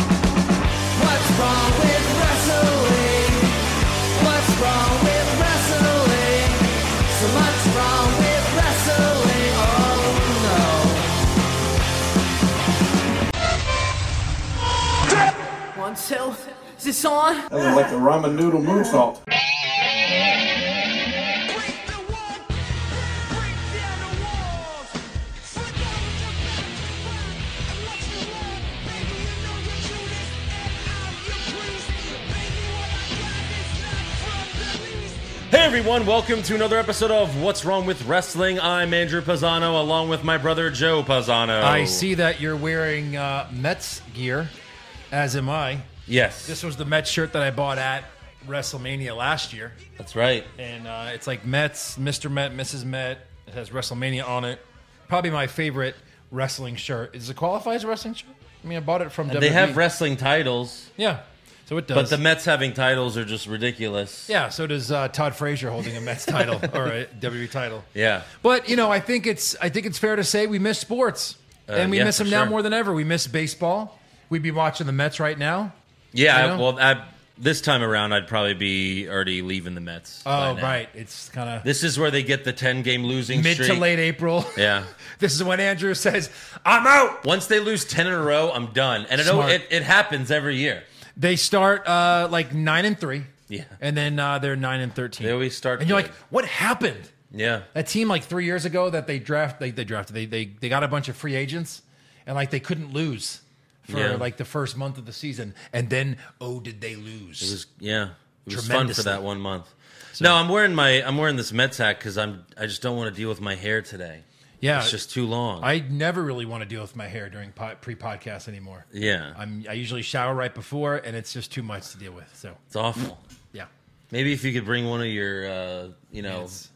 What's wrong with wrestling? What's wrong with wrestling? So much wrong with wrestling. Oh no. One, two, is this on? That was like a ramen noodle moonsault. Break the wall, break down the walls. Fight down the back to burn, and what's the wrong? Baby, you know you're Judas, and I'm your priest. Baby, what I got is not from the least. Hey everyone, welcome to another episode of What's Wrong with Wrestling. I'm Andrew Pisano along with my brother Joe Pisano. I see that you're wearing uh, Mets gear, as am I. Yes. This was the Mets shirt that I bought at WrestleMania last year, That's right. and uh, it's like Mets, Mr. Met, Mrs. Met. It has WrestleMania on it. Probably my favorite wrestling shirt. Is it qualified as a wrestling shirt? I mean, I bought it from. They WWE. have wrestling titles, Yeah, so it but does. the Mets having titles are just ridiculous. yeah, so does uh, Todd Frazier holding a Mets title or a WWE title. Yeah. But you know, I think it's I think it's fair to say we miss sports, and we Uh, yeah, miss for them now sure. more than ever. We miss baseball. We'd be watching the Mets right now. Yeah, I I- know. well, I, this time around I'd probably be already leaving the Mets. by Oh, now. right. It's kind of This is where they get the 10 game losing mid streak. to late April. Yeah. this is when Andrew says, "I'm out." Once they lose 10 in a row, I'm done. And it, Smart. it, it happens every year. They start uh, like nine and three. Yeah. and then uh, they're nine and thirteen. They always start and you're good. like, "What happened?" Yeah. That team like three years ago that they draft they, they drafted they, they they got a bunch of free agents and like they couldn't lose for Yeah. like the first month of the season and then oh did they lose? It was yeah. It was fun for Tremendously. that one month. no, I'm wearing my I'm wearing this Mets hat because I'm I just don't want to deal with my hair today. yeah, It's just too long. Uh, I never really want to deal with my hair during po- pre-podcast anymore. yeah, I'm I usually shower right before and it's just too much to deal with. So it's awful. yeah, Maybe if you could bring one of your uh, you know it's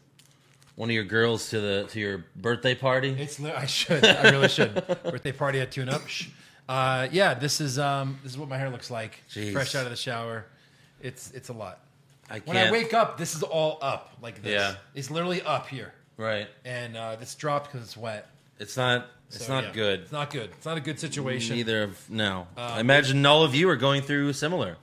one of your girls to the to your birthday party. it's li- I should I really should birthday party at Tune Up. Shh. Uh, yeah, this is um this is what my hair looks like Jeez. fresh out of the shower. It's it's a lot. I can't. When I wake up, this is all up like this. Yeah. It's literally up here. right, And uh, this dropped because it's wet. it's not it's So, not yeah. good. It's not Um, good. It's not a good situation. Neither of no. I imagine all of you are going through similar.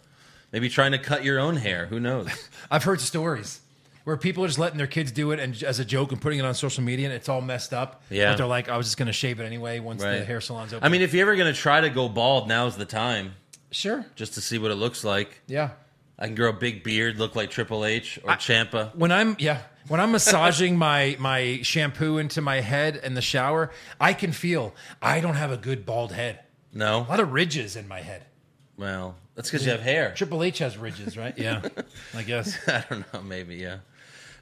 Maybe trying to cut your own hair. Who knows? I've heard stories where people are just letting their kids do it and as a joke and putting it on social media and it's all messed up. Yeah. But they're like, I was just going to shave it anyway once Right. the hair salon's open. I mean, if you're ever going to try to go bald, now's the time sure. just to see what it looks like. Yeah. I can grow a big beard, look like Triple H or Champa. When I'm yeah, when I'm massaging my my shampoo into my head in the shower, I can feel I don't have a good bald head. No, A lot of ridges in my head. well, that's because you have hair. Triple H has ridges, right? Yeah, I guess. I don't know, maybe yeah.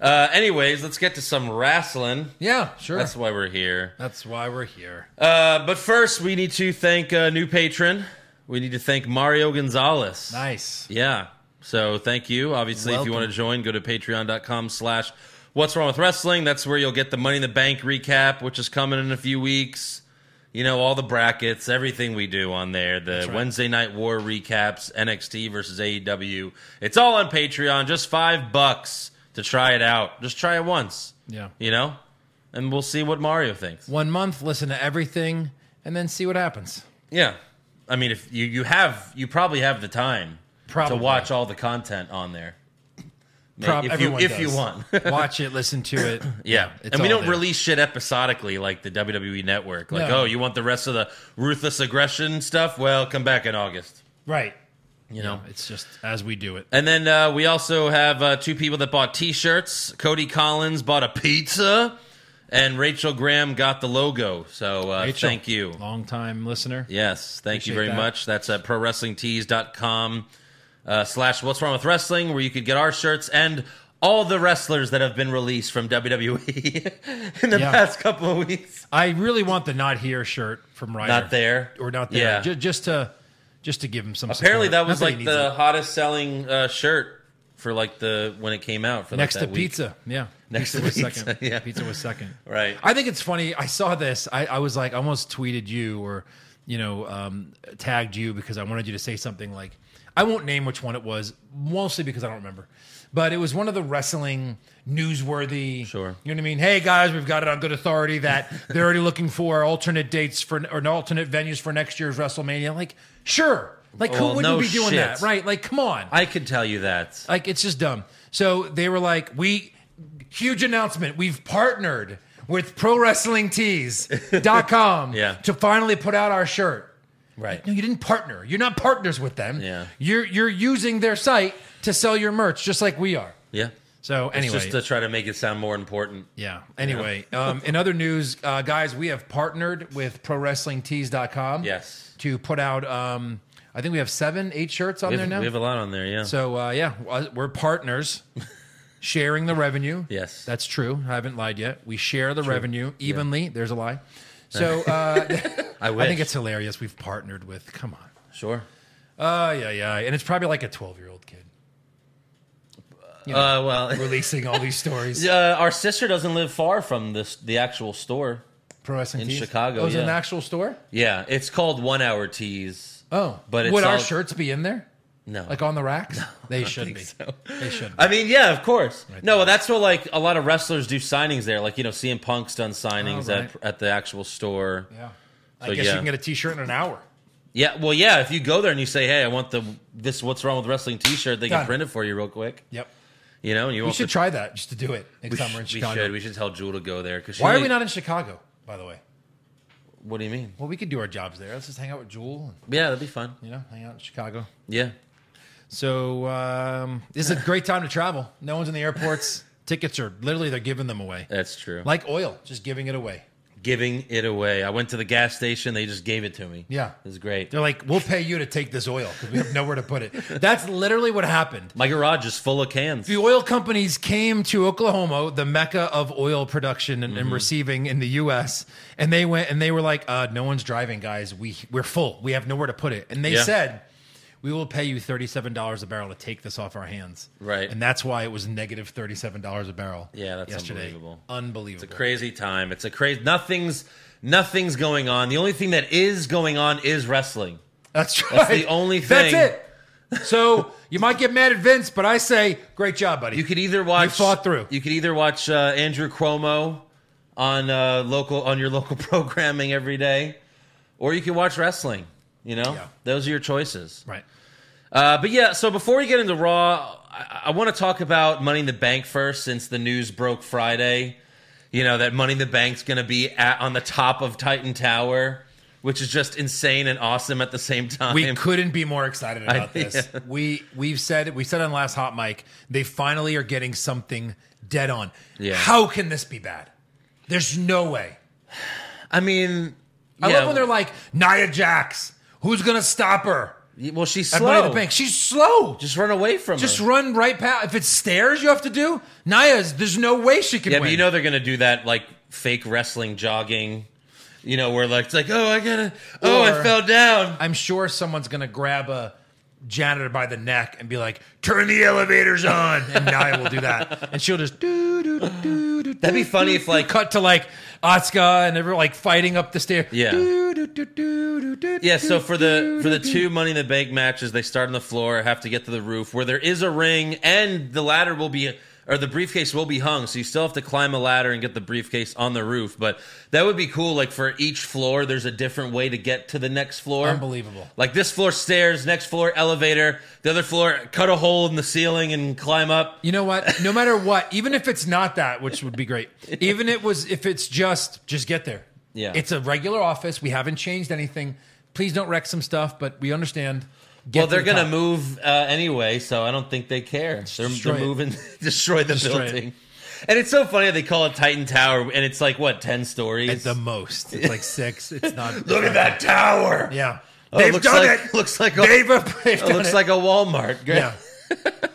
Uh, anyways, let's get to some wrestling. Yeah, sure. That's why we're here. That's why we're here. Uh, but first, we need to thank a new patron. We need to thank Mario Gonzalez. nice. Yeah. So thank you. Obviously, if you want to join, go to patreon.com slash what's wrong with wrestling. That's where you'll get the Money in the Bank recap, which is coming in a few weeks. You know, all the brackets, everything we do on there, the Wednesday night war recaps, NXT versus AEW. It's all on Patreon. Just five bucks to try it out. Just try it once. Yeah. You know? And we'll see what Mario thinks. One month, listen to everything, and then see what happens. Yeah. I mean, if you, you have, you probably have the time Probably. to watch all the content on there. Prob- if you everyone if does. you want. watch it, listen to it. yeah. it's and we all don't there. release shit episodically like the WWE network. Like, No. oh, you want the rest of the ruthless aggression stuff? Well, come back in August. Right. You know? It's just as we do it. And then uh, we also have uh, two people that bought T-shirts. Cody Collins bought a pizza, and Rachel Graham got the logo. So uh, Rachel, thank you. long time listener. Yes, thank you Appreciate very that. much. That's at prowrestlingtees.com uh, slash what's wrong with wrestling, where you could get our shirts and all the wrestlers that have been released from WWE in the Yeah. past couple of weeks. I really want the not here shirt from Ryder. Not there. or not there. Yeah. Ju- just to just to give him some. Apparently, that support. was Not he like needs the it. hottest selling uh, shirt for like the when it came out for like, next that to week. pizza. Yeah, Next pizza to was pizza, second. yeah. pizza was second. Right. I think it's funny. I saw this. I, I was like, I almost tweeted you or you know um, tagged you because I wanted you to say something like, I won't name which one it was, mostly because I don't remember. But it was one of the wrestling newsworthy. Sure. You know what I mean? Hey guys, we've got it on good authority that they're already looking for alternate dates for or alternate venues for next year's WrestleMania. Like, sure. Like, who Well, wouldn't no be doing shit. that? Right? Like, come on. I could tell you that. Like it's just dumb. So they were like, "We huge announcement. We've partnered with ProWrestlingTees.com Yeah. to finally put out our shirt." Right. No, you didn't partner. You're not partners with them. Yeah. You're you're using their site to sell your merch just like we are. Yeah. So It's anyway, just to try to make it sound more important. yeah. Anyway, um, in other news, uh, guys, we have partnered with ProWrestlingTees.com. Yes. To put out, um, I think we have seven, eight shirts on We there have, now. we have a lot on there, yeah. So uh, yeah, w- we're partners, sharing the revenue. Yes. that's true. I haven't lied yet. We share the revenue evenly. There's a lie. So uh, I wish. I think it's hilarious. We've partnered with. Come on. sure. Uh, yeah, yeah, and it's probably like a 12 year old kid Uh, well, releasing all these stories. uh, our sister doesn't live far from this the actual store. Pro wrestling In tees. Chicago, Oh, is it an yeah. actual store? Yeah, it's called One Hour Tees. Oh, But it's would our all- shirts be in there? No, Like on the racks? they should be. so. They should. Be. I mean, yeah, of course. no, well, that's what like a lot of wrestlers do signings there. Like you know, CM Punk's done signings Oh, right. at at the actual store. Yeah. yeah. I So, guess yeah. you can get a T-shirt in an hour. well, yeah. If you go there and you say, "Hey, I want the this What's Wrong with Wrestling T-shirt," they Got can it. print it for you real quick. Yep. You know, and you We won't should have try that just to do it next to- time we're in we Chicago. should. We should tell Jewel to go there because Why are we not in Chicago? By the way. What do you mean? Well, we could do our jobs there. Let's just hang out with Jewel and Yeah, that'd be fun. you know, hang out in Chicago. Yeah. So um, this is a great time to travel. No one's in the airports. Tickets are literally they're giving them away, That's true. like oil, just giving it away. giving it away. I went to the gas station. They just gave it to me. Yeah. It was great. They're like, we'll pay you to take this oil because we have nowhere to put it. That's literally what happened. My garage is full of cans. The oil companies came to Oklahoma, the mecca of oil production and, Mm-hmm. and receiving in the U.S., and they went and they were like, uh, "No one's driving, guys. We we're full. We have nowhere to put it." And they Yeah. said, "We will pay you thirty-seven dollars a barrel to take this off our hands." Right. and that's why it was negative thirty-seven dollars a barrel. Yeah, that's yesterday. unbelievable. Unbelievable. It's a crazy time. It's a crazy. Nothing's nothing's going on. The only thing that is going on is wrestling. That's right. That's the only thing. That's it. So you might get mad at Vince, but I say, great job, buddy. You e- could either watch. You fought through. You could either watch uh, Andrew Cuomo on uh, local on your local programming every day, or you can watch wrestling. You know, Yeah. those are your choices. right. Uh, but yeah, so before we get into Raw, I, I want to talk about Money in the Bank first, since the news broke Friday. You know that Money in the Bank's going to be at, on the top of Titan Tower, which is just insane and awesome at the same time. We couldn't be more excited about this. yeah. We we've said we said on last hot mic they finally are getting something dead on. Yeah. How can this be bad? There's no way. I mean, I yeah, love when they're like Nia Jax. Who's gonna stop her? "Well, she's At Money in slow. the Bank. She's slow. Just, Just run away from her." run right past. If it's stairs, you have to do. Nia's. There's no way she can Yeah, win. but you know they're gonna do that like fake wrestling jogging, you know, where like it's like, oh, I gotta, oh, I Or- fell down. I'm sure someone's gonna grab a janitor by the neck and be like, "Turn the elevators on," and Nia will do that, and she'll just do do do do. That'd be funny if, like- cut to like Asuka and everyone like fighting up the stairs. Yeah. Do, do, do, do, do, do, Yeah, so for the do, for the do, do. two Money in the Bank matches, they start on the floor, have to get to the roof where there is a ring, and the ladder will be or the briefcase will be hung, so you still have to climb a ladder and get the briefcase on the roof. But that would be cool. Like for each floor, there's a different way to get to the next floor. Unbelievable. Like this floor stairs, next floor elevator, the other floor cut a hole in the ceiling and climb up. You know what? No matter what, even if it's not that, which would be great, even it was if it's just just get there. Yeah. it's a regular office. We haven't changed anything. Please don't wreck some stuff, but we understand. Get well, to they're the gonna top. move uh, anyway, so I don't think they care. They're, destroy they're it. moving, destroy the Destroy it. building, and it's so funny that they call it Titan Tower, and it's like what ten stories. at the most. It's like six. It's not. Look at that tower! Yeah. Oh, it looks like, Looks like a, They've, they've it looks like a Walmart. Great. Yeah.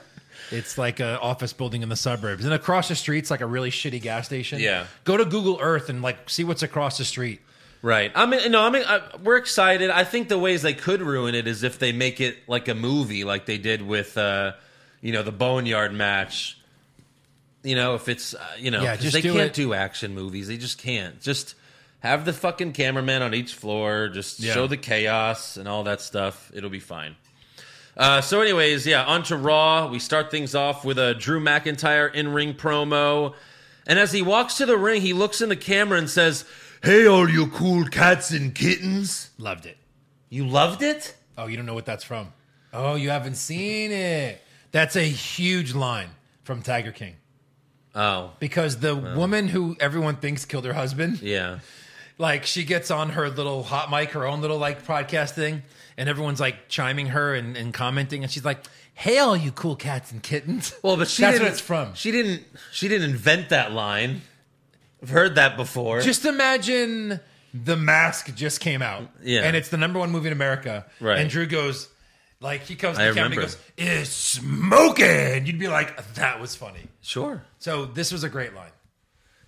It's like an office building in the suburbs, and across the street's like a really shitty gas station. Yeah. Go to Google Earth and like see what's across the street. Right. I mean, no. I mean, I, we're excited. I think the ways they could ruin it is if they make it like a movie, like they did with, uh, you know, the Boneyard match. You know, if it's uh, you know, Yeah, 'cause just they do can't it- do action movies. They just can't. Just have the fucking cameraman on each floor. Just Yeah. show the chaos and all that stuff. It'll be fine. Uh, so, anyways, yeah, on to Raw. We start things off with a Drew McIntyre in ring promo. And as he walks to the ring, he looks in the camera and says, Hey, all you cool cats and kittens. Loved it. You loved it? Oh, you don't know what that's from? Oh, you haven't seen it. That's a huge line from Tiger King Oh, because the woman who everyone thinks killed her husband, yeah. like she gets on her little hot mic, her own little like podcast thing, and everyone's like chiming her and, and commenting, and she's like, "Hail, you cool cats and kittens!" Well, but she that's didn't, what it's from. She didn't. She didn't invent that line. I've heard that before. Just imagine the mask just came out. Yeah. And it's the number one movie in America. Right. And Drew goes, like, he comes I to the camera and he remember. goes, It's smoking. You'd be like, that was funny. sure. So this was a great line.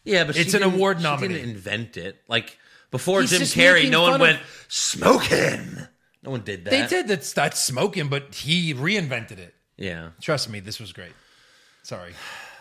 Yeah, but she It's an didn't- award she nominee. didn't invent it. Like before He's Jim just Carrey, making no one fun went of- smoking. No one did that. They did that's, that's smoking, but he reinvented it. Yeah. Trust me, this was great. Sorry.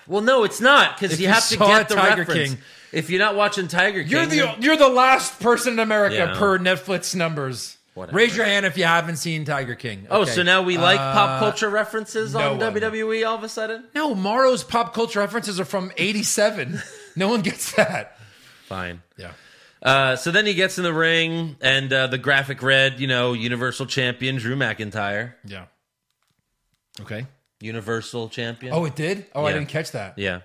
Well, no, it's not because If you you have to saw get the Tiger reference. King- if you're not watching Tiger King, You're the then- you're the last person in America Yeah. per Netflix numbers. Whatever. Raise your hand if you haven't seen Tiger King. oh, Okay. so now we like Uh, pop culture references no on one. WWE all of a sudden. No, Morrow's pop culture references are from '87. no one gets that. Fine. Yeah. Uh, so then he gets in the ring, and uh, the graphic read, you know, Universal Champion Drew McIntyre, Yeah. Okay. Universal Champion. Oh, it did. Oh, I Yeah. didn't catch that. yeah.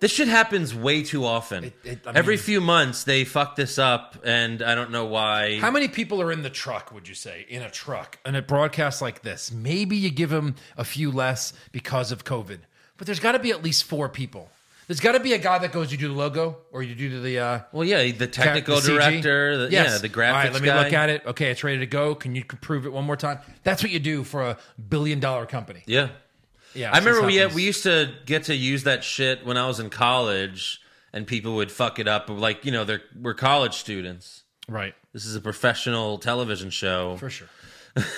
This shit happens way too often. It- it- I Every mean- few months they fuck this up, and I don't know why. How many people are in the truck? Would you say in a truck and a broadcast like this? Maybe you give them a few less because of COVID, but there's got to be at least four people. There's got to be a guy that goes, "You do the logo, or you do the uh, well, yeah, the technical the CG? director, the, yeah, the graphics All right, let me guy. look at it. Okay, it's ready to go. Can you prove it one more time? That's what you do for a billion dollar company. Yeah, Yeah, I this remember we happens. we used to get to use that shit when I was in college, and people would fuck it up. Like you know, they're we're college students. right This is a professional television show. for sure.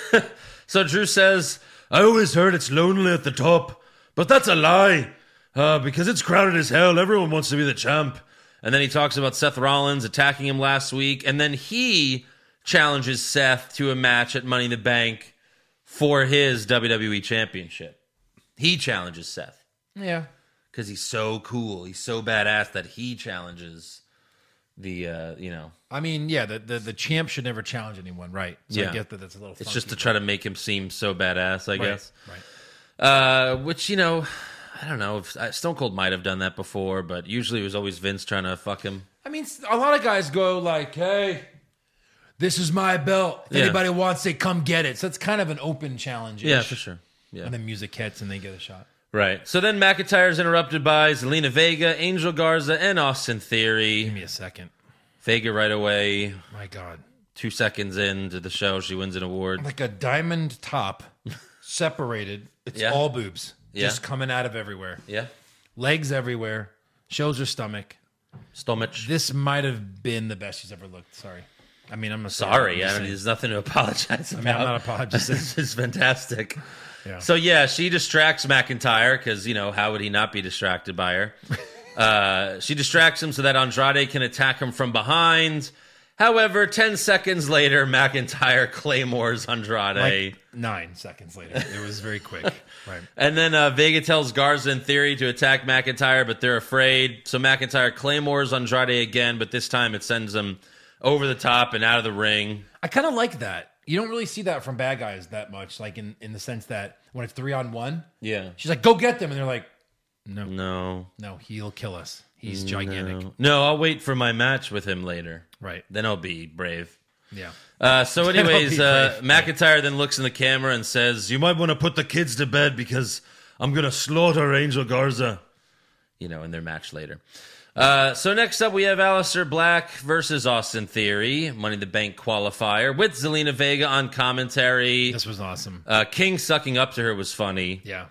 So Drew says, I always heard it's lonely at the top, but that's a lie. Uh, because it's crowded as hell. Everyone wants to be the champ. And then he talks about Seth Rollins attacking him last week. And then he challenges Seth to a match at Money in the Bank for his WWE Championship. He challenges Seth Yeah, because he's so cool. He's so badass that he challenges the, uh, you know, I mean, yeah, the, the, the champ should never challenge anyone, right? So Yeah. I get that that's a little. it's just to funky, try to make him seem so badass, I but- guess. Right. Uh, which you know, I don't know. If, uh, Stone Cold might have done that before, but usually it was always Vince trying to fuck him. I mean, s- a lot of guys go like, "Hey, this is my belt. If Yeah. Anybody wants it, come get it." So it's kind of an open challenge. Yeah, for sure. Yeah, And the music hits and they get a shot. right. So then McIntyre is interrupted by Zelina Vega, Angel Garza, and Austin Theory. Give me a second. Vega right away, My God, two seconds into the show, she wins an award. like a diamond top, separated. It's Yeah. all boobs, Yeah. just coming out of everywhere. Yeah, Legs everywhere. Shows her stomach. stomach. This might have been the best she's ever looked. Sorry. I mean, I'm not Sorry, I'm I mean, there's nothing to apologize about. mean, I'm not apologizing. this is fantastic. Yeah. So yeah, she distracts McIntyre because you know how would he not be distracted by her? uh, she distracts him so that Andrade can attack him from behind. However, ten seconds later, McIntyre claymores Andrade, like nine seconds later. It was very quick. right. and then uh, Vega tells Garza in theory to attack McIntyre, but they're afraid. So McIntyre claymores Andrade again, but this time it sends him over the top and out of the ring. I kind of like that. You don't really see that from bad guys that much, like in, in the sense that when it's three on one, Yeah. she's like, go get them. And they're like, No. no, he'll kill us. He's gigantic. No, I'll wait for my match with him later. Right. Then I'll be brave. Yeah. Uh, so, I'll be anyways, uh, brave. McIntyre then looks in the camera and says, You might want to put the kids to bed because I'm going to slaughter Angel Garza, you know, in their match later. Uh, so, next up, we have Aleister Black versus Austin Theory, Money in the Bank qualifier, with Zelina Vega on commentary. This was awesome. Uh, King sucking up to her was funny. Yeah.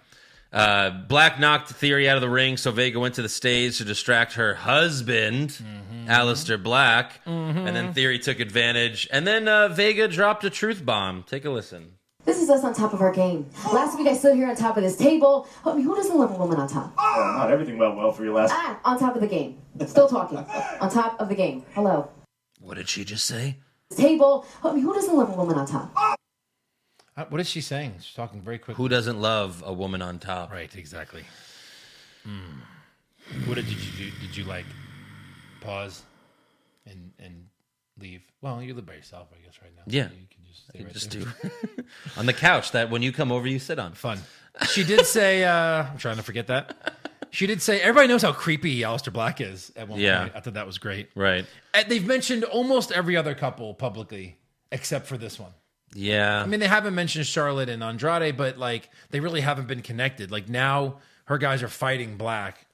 Uh, Black knocked Theory out of the ring, so Vega went to the stage to distract her husband, Mm-hmm. Alistair Black. And then Theory took advantage. And then uh, Vega dropped a truth bomb. Take a listen. This is us on top of our game. Last week I stood here on top of this table. I mean, who doesn't love a woman on top? Not everything went well for you last. Ah, on top of the game. Still talking. On top of the game. Hello. What did she just say? This table. I mean, who doesn't love a woman on top? Uh, What is she saying? She's talking very quickly. Who doesn't love a woman on top? Right, exactly. Hmm. What did, did you do? Did you like pause and and leave? Well, you live by yourself, I guess, right now. Yeah. you can just stay right Just there. do on the couch that when you come over, you sit on. fun. She did say, uh, I'm trying to forget that. She did say, everybody knows how creepy Alistair Black is at one Yeah. point. I thought that was great. Right. And they've mentioned almost every other couple publicly except for this one. Yeah. I mean, they haven't mentioned Charlotte and Andrade, but like they really haven't been connected. Like now her guys are fighting Black.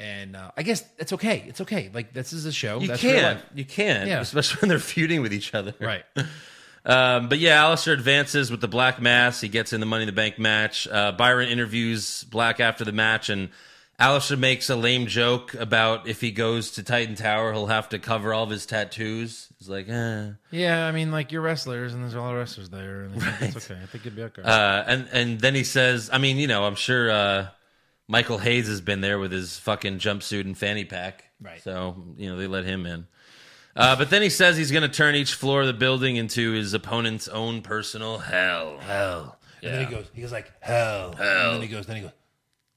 And uh, I guess it's okay. It's okay. Like this is a show. you That's real can't. life. You can't. Yeah. Especially when they're feuding with each other. Right. Um, but yeah, Alistair advances with the Black Mass. He gets in the Money in the Bank match. Uh, Byron interviews Black after the match, and Alistair makes a lame joke about if he goes to Titan Tower, he'll have to cover all of his tattoos. He's like, eh. Yeah, I mean, like you're wrestlers, and there's all wrestlers there, and I think it's okay. I think it'd be okay. Uh, and and then he says, I mean, you know, I'm sure uh, Michael Hayes has been there with his fucking jumpsuit and fanny pack. Right. So you know they let him in. Uh, but then he says he's going to turn each floor of the building into his opponent's own personal hell. Hell. And then he goes, he goes like hell, and then he goes, then he goes,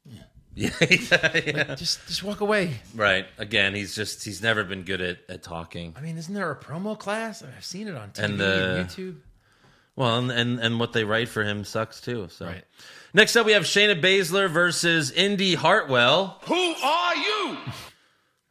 Yeah. yeah. just just walk away. Right. Again, he's just he's never been good at, at talking. I mean, isn't there a promo class? I mean, I've seen it on TV And and, the- YouTube. Well, and, and and what they write for him sucks too. So Right. next up we have Shayna Baszler versus Indy Hartwell. Who are you?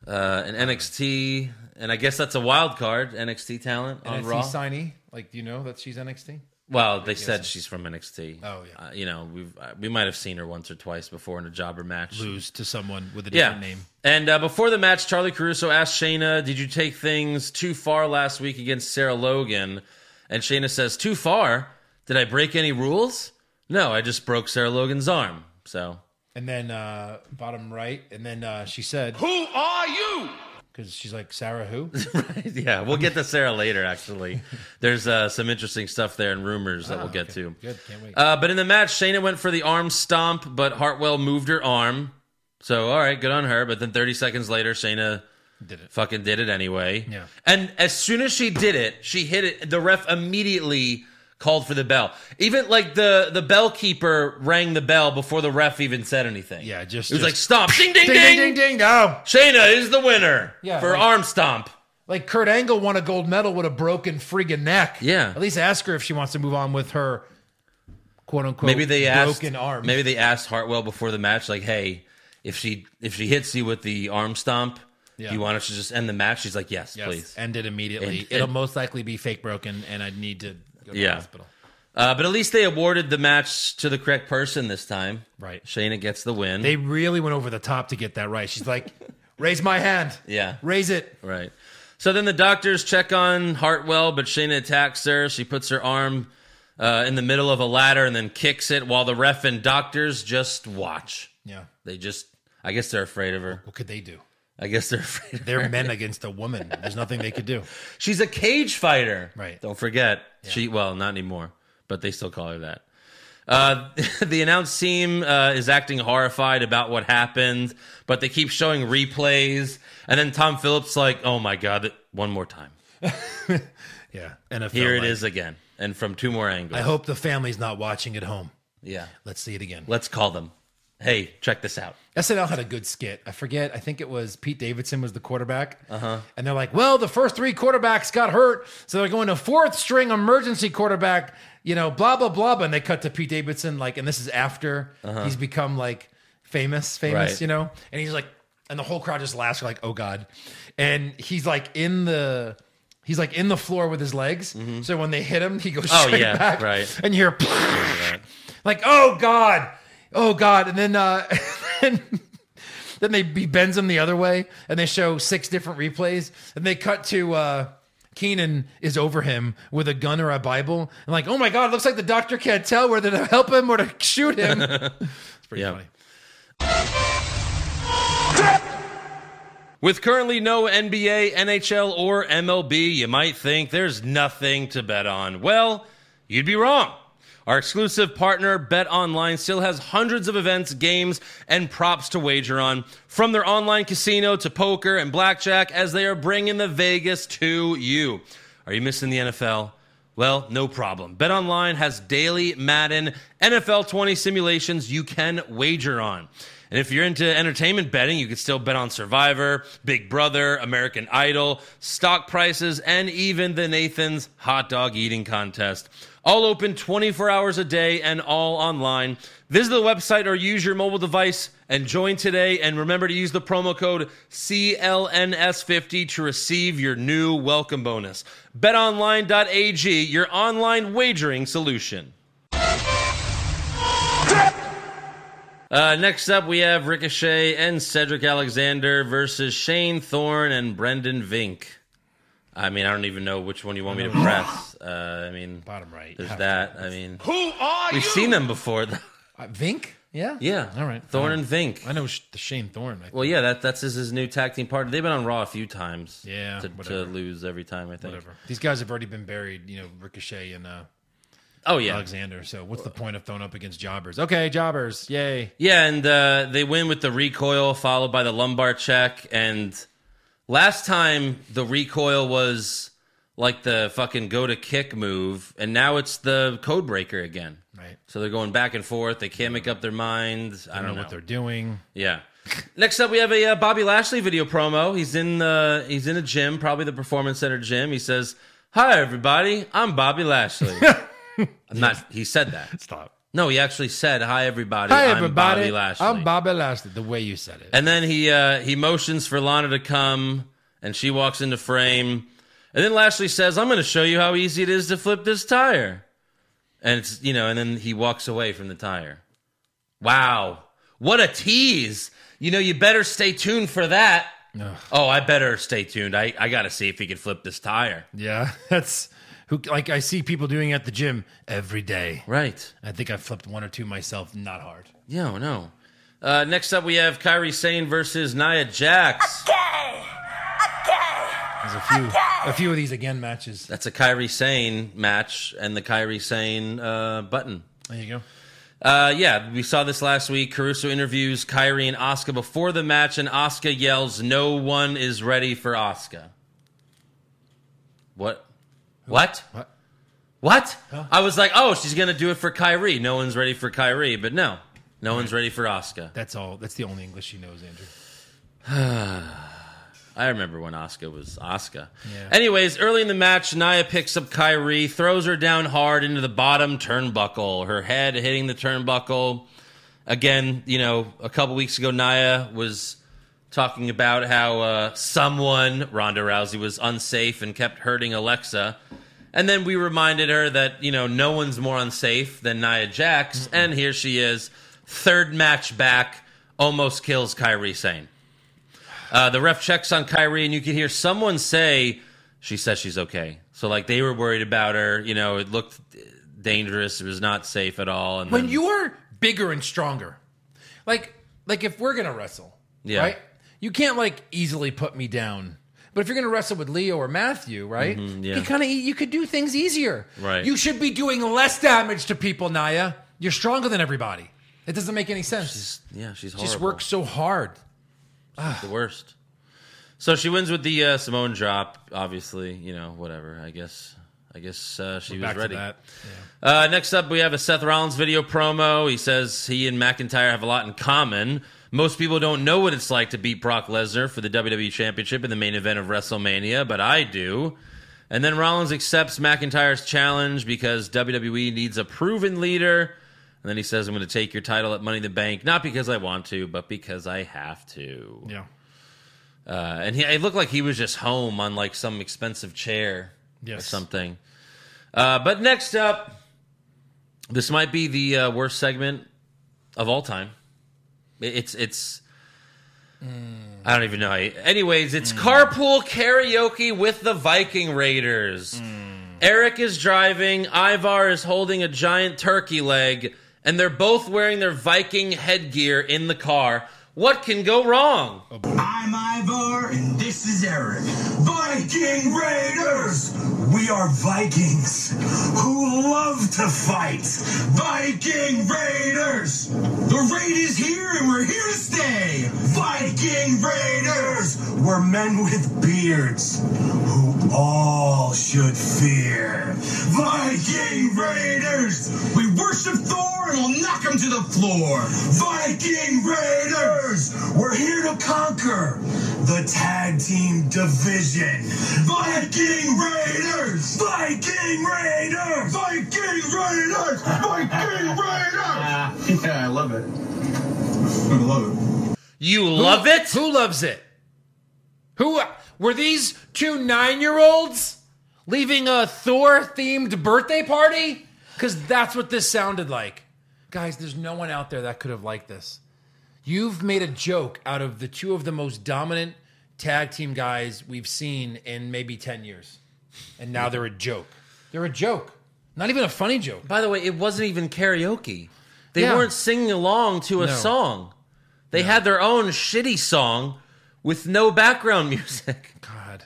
Uh an NXT and I guess that's a wild card, NXT talent on NXT Raw. signee, like do you know that she's NXT? well, they said she's from NXT. Oh, yeah. Uh, you know, we've uh, we might have seen her once or twice before in a jobber match. Lose to someone with a Yeah. And uh, before the match, Charlie Caruso asked Shayna, Did you take things too far last week against Sarah Logan? And Shayna says, Too far? Did I break any rules? No, I just broke Sarah Logan's arm. So, And then uh, bottom right, and then uh, she said, "Who are you?" Because she's like Sarah, who? yeah, we'll get to Sarah later, actually. There's uh, some interesting stuff there and rumors that we'll get to. Good, can't wait. Uh, but in the match, Shayna went for the arm stomp, but Hartwell moved her arm. So, all right, good on her. But then 30 seconds later, Shayna Did it? fucking did it anyway. Yeah. And as soon as she did it, she hit it. The ref immediately called for the bell. Even like the the bell keeper rang the bell before the ref even said anything. Yeah, just- it was just- like stomp, ding ding ding, Ding, ding, ding, ding! No, Shayna is the winner Yeah, for like- arm stomp. like Kurt Angle won a gold medal with a broken friggin' neck. Yeah. At least ask her if she wants to move on with her quote unquote Maybe they asked broken arm. Maybe they asked Hartwell before the match, like, hey, if she if she hits you with the arm stomp, Yeah. do you want us to just end the match? She's like, yes, yes, please. end it immediately. And- It'll and- most likely be fake broken, and I'd need to go to Yeah. the hospital. Uh, but at least they awarded the match to the correct person this time. Right. Shayna gets the win. They really went over the top to get that right. She's like, raise my hand. Yeah. Raise it. Right. So then the doctors check on Hartwell, but Shayna attacks her. She puts her arm uh, in the middle of a ladder and then kicks it while the ref and doctors just watch. Yeah. They just, I guess they're afraid of her. What could they do? I guess they're afraid of her. They're men against a woman. There's nothing they could do. She's a cage fighter. Right. Don't forget. She, well, not anymore, but they still call her that. Uh, the announce team uh, is acting horrified about what happened, but they keep showing replays. And then Tom Phillips, like, oh my God, one more time. Yeah. NFL. Here it like, is again, and from two more angles. I hope the family's not watching at home. Yeah. Let's see it again. Let's call them. Hey, check this out. SNL had a good skit. I forget. I think it was Pete Davidson was the quarterback. Uh-huh. And they're like, well, the first three quarterbacks got hurt. So they're going to fourth string emergency quarterback, you know, blah, blah, blah. And they cut to Pete Davidson, like, and this is after he's become like famous, famous, Uh-huh. Right. you know? And he's like, and the whole crowd just laughs, like, oh God. And he's like in the he's like in the floor with his legs. So when they hit him, he goes Mm-hmm. Oh, straight yeah, back. right. And you hear like oh god oh god and then uh and then they he bends him the other way and they show six different replays and they cut to uh Keenan is over him with a gun or a Bible, and like, oh my God, it looks like the doctor can't tell whether to help him or to shoot him. Uh, it's pretty Yeah. funny. With currently no NBA, NHL, or MLB, you might think there's nothing to bet on. Well, you'd be wrong. Our exclusive partner, Bet Online, still has hundreds of events, games, and props to wager on, from their online casino to poker and blackjack, as they are bringing the Vegas to you. Are you missing the NFL? Well, no problem. BetOnline has daily Madden NFL 20 simulations you can wager on. And if you're into entertainment betting, you can still bet on Survivor, Big Brother, American Idol, stock prices, and even the Nathan's hot dog eating contest. All open 24 hours a day and all online. Visit the website or use your mobile device and join today. And remember to use the promo code CLNS50 to receive your new welcome bonus. BetOnline.ag, your online wagering solution. Uh, next up, we have Ricochet and Cedric Alexander versus Shane Thorne and Brendan Vink. I mean, I don't even know which one you want me to press. Uh, I mean, Bottom right. There's Have that. I mean, who are We've seen them before. Uh, Vink? Yeah. yeah. All right. Thorne All and Vink. right. I know Sh- the Shane Thorne. I Well, yeah, that that's his, his new tag team partner. They've been on Raw a few times. Yeah, to, to whatever. lose every time, I think. Whatever. These guys have already been buried, you know, Ricochet and uh, Oh yeah, Alexander. So what's the point of throwing up against jobbers? Okay, jobbers. Yay. yeah, and uh, they win with the recoil, followed by the lumbar check. And last time the recoil was like the fucking go to kick move, and now it's the code breaker again. Right. So they're going back and forth. They can't make up their minds. I I don't don't know what they're doing. Yeah. Next up, we have a uh, Bobby Lashley video promo. He's in the he's in a gym, probably the Performance Center gym. He says, "Hi everybody, I'm Bobby Lashley." I'm not. He said that. Stop. No, he actually said, "Hi everybody, Hi, I'm everybody. Bobby Lashley." I'm Bobby Lashley. The way you said it. and then he uh, he motions for Lana to come, and she walks into frame. And then Lashley says, "I'm going to show you how easy it is to flip this tire." And it's you know, and then he walks away from the tire. Wow. What a tease. You know, you better stay tuned for that. Oh, I better stay tuned. I, I got to see if he can flip this tire. yeah, that's who. Like I see people doing at the gym every day. Right. I think I flipped one or two myself. Not hard. Yeah, oh, no. Uh, next up, we have Kyrie Sane versus Nia Jax. There's a few, a few of these again matches. That's a Kyrie Sane match and the Kyrie Sane uh, button. There you go. Uh, yeah, we saw this last week. Caruso interviews Kyrie and Asuka before the match, and Asuka yells, No one is ready for Asuka. What? What? What? What? I was like, Oh, she's going to do it for Kyrie. No one's ready for Kyrie, but no. No one's ready for Asuka. That's all. That's the only English she knows, Andrew. I remember when Asuka was Asuka. Yeah. Anyways, early in the match, Naya picks up Kyrie, throws her down hard into the bottom turnbuckle, her head hitting the turnbuckle. Again, you know, a couple weeks ago, Naya was talking about how uh, someone, Ronda Rousey, was unsafe and kept hurting Alexa. And then we reminded her that, you know, no one's more unsafe than Nia Jax. Mm-hmm. And here she is, third match back, almost kills Kyrie Sane. Uh, the ref checks on Kyrie, and you can hear someone say, "She says she's okay." So like they were worried about her. You know, it looked dangerous. It was not safe at all. And when then- you're bigger and stronger like like if we're gonna wrestle Yeah. right you can't like easily put me down but if you're gonna wrestle with leo or matthew right Mm-hmm, yeah. you kind of you could do things easier Right. you should be doing less damage to people naya you're stronger than everybody it doesn't make any sense yeah, she's horrible. just works so hard the worst. So she wins with the uh, Simone drop. Obviously, you know, whatever. I guess. I guess uh, she was back ready. to that Uh, next up, we have a Seth Rollins video promo. He says he and McIntyre have a lot in common. Most people don't know what it's like to beat Brock Lesnar for the WWE Championship in the main event of WrestleMania, but I do. And then Rollins accepts McIntyre's challenge because WWE needs a proven leader. And then he says, I'm going to take your title at Money in the Bank, not because I want to, but because I have to. yeah Uh, and he, it looked like he was just home on like some expensive chair or Yes. something. Uh, but next up, this might be the uh, worst segment of all time. It- It's it's I don't even know. How you, anyways, Hmm. it's carpool karaoke with the Viking Raiders. Hmm. Eric is driving. Ivar is holding a giant turkey leg, and they're both wearing their Viking headgear in the car. What can go wrong? I'm Ivar, and this is Eric. Viking Raiders! We are Vikings who love to fight. Viking Raiders! The raid is here, and we're here to stay. Viking Raiders! We're men with beards who all should fear. Viking Raiders! We worship Thor and will knock him to the floor. Viking Raiders! We're here to conquer the tag team division. Viking Raiders! Viking Raiders! Viking Raiders! Viking Raiders! Yeah, I love it. I love it. You love it? Who loves it? Who were these two nine year olds leaving a Thor themed birthday party? Because that's what this sounded like. Guys, there's no one out there that could have liked this. You've made a joke out of the two of the most dominant tag team guys we've seen in maybe 10 years. And now they're a joke. They're a joke. Not even a funny joke. By the way, it wasn't even karaoke. They Yeah. weren't singing along to a No. song. They had their own shitty song with no background music. God.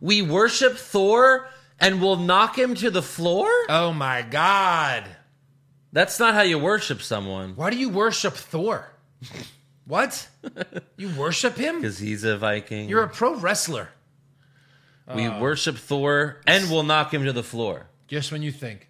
We worship Thor and will knock him to the floor? Oh my God. That's not how you worship someone. Why do you worship Thor? What? You worship him? Because he's a Viking. You're Oh. a pro wrestler. we worship Thor and will knock him to the floor. Just when you think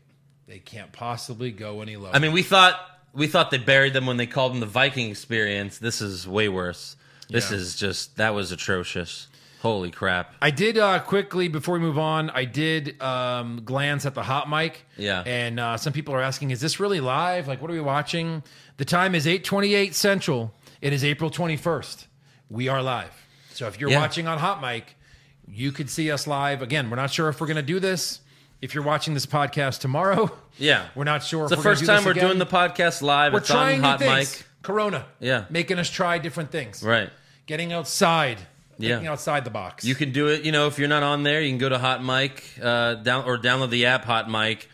they can't possibly go any lower. I mean, we thought we thought they buried them when they called them the Viking experience. This is way worse. This Yeah. is just that was atrocious. Holy crap. I did uh, quickly before we move on. I did um, glance at the hot mic. Yeah. and uh, some people are asking, "Is this really live? Like, what are we watching?" The time is eight twenty-eight central. It is April twenty-first. We are live. So if you're Yeah. watching on hot mic, you could see us live. Again, we're not sure if we're going to do this. If you're watching this podcast tomorrow, Yeah. we're not sure. It's if the we're gonna first do time this we're again. doing the podcast live. We're it's trying on new hot things. mic. Corona. Yeah. making us try different things. Right. Getting outside. Yeah. Thinking outside the box. You can do it. You know, if you're not on there, you can go to Hot Mic uh, down or download the app Hot Mic.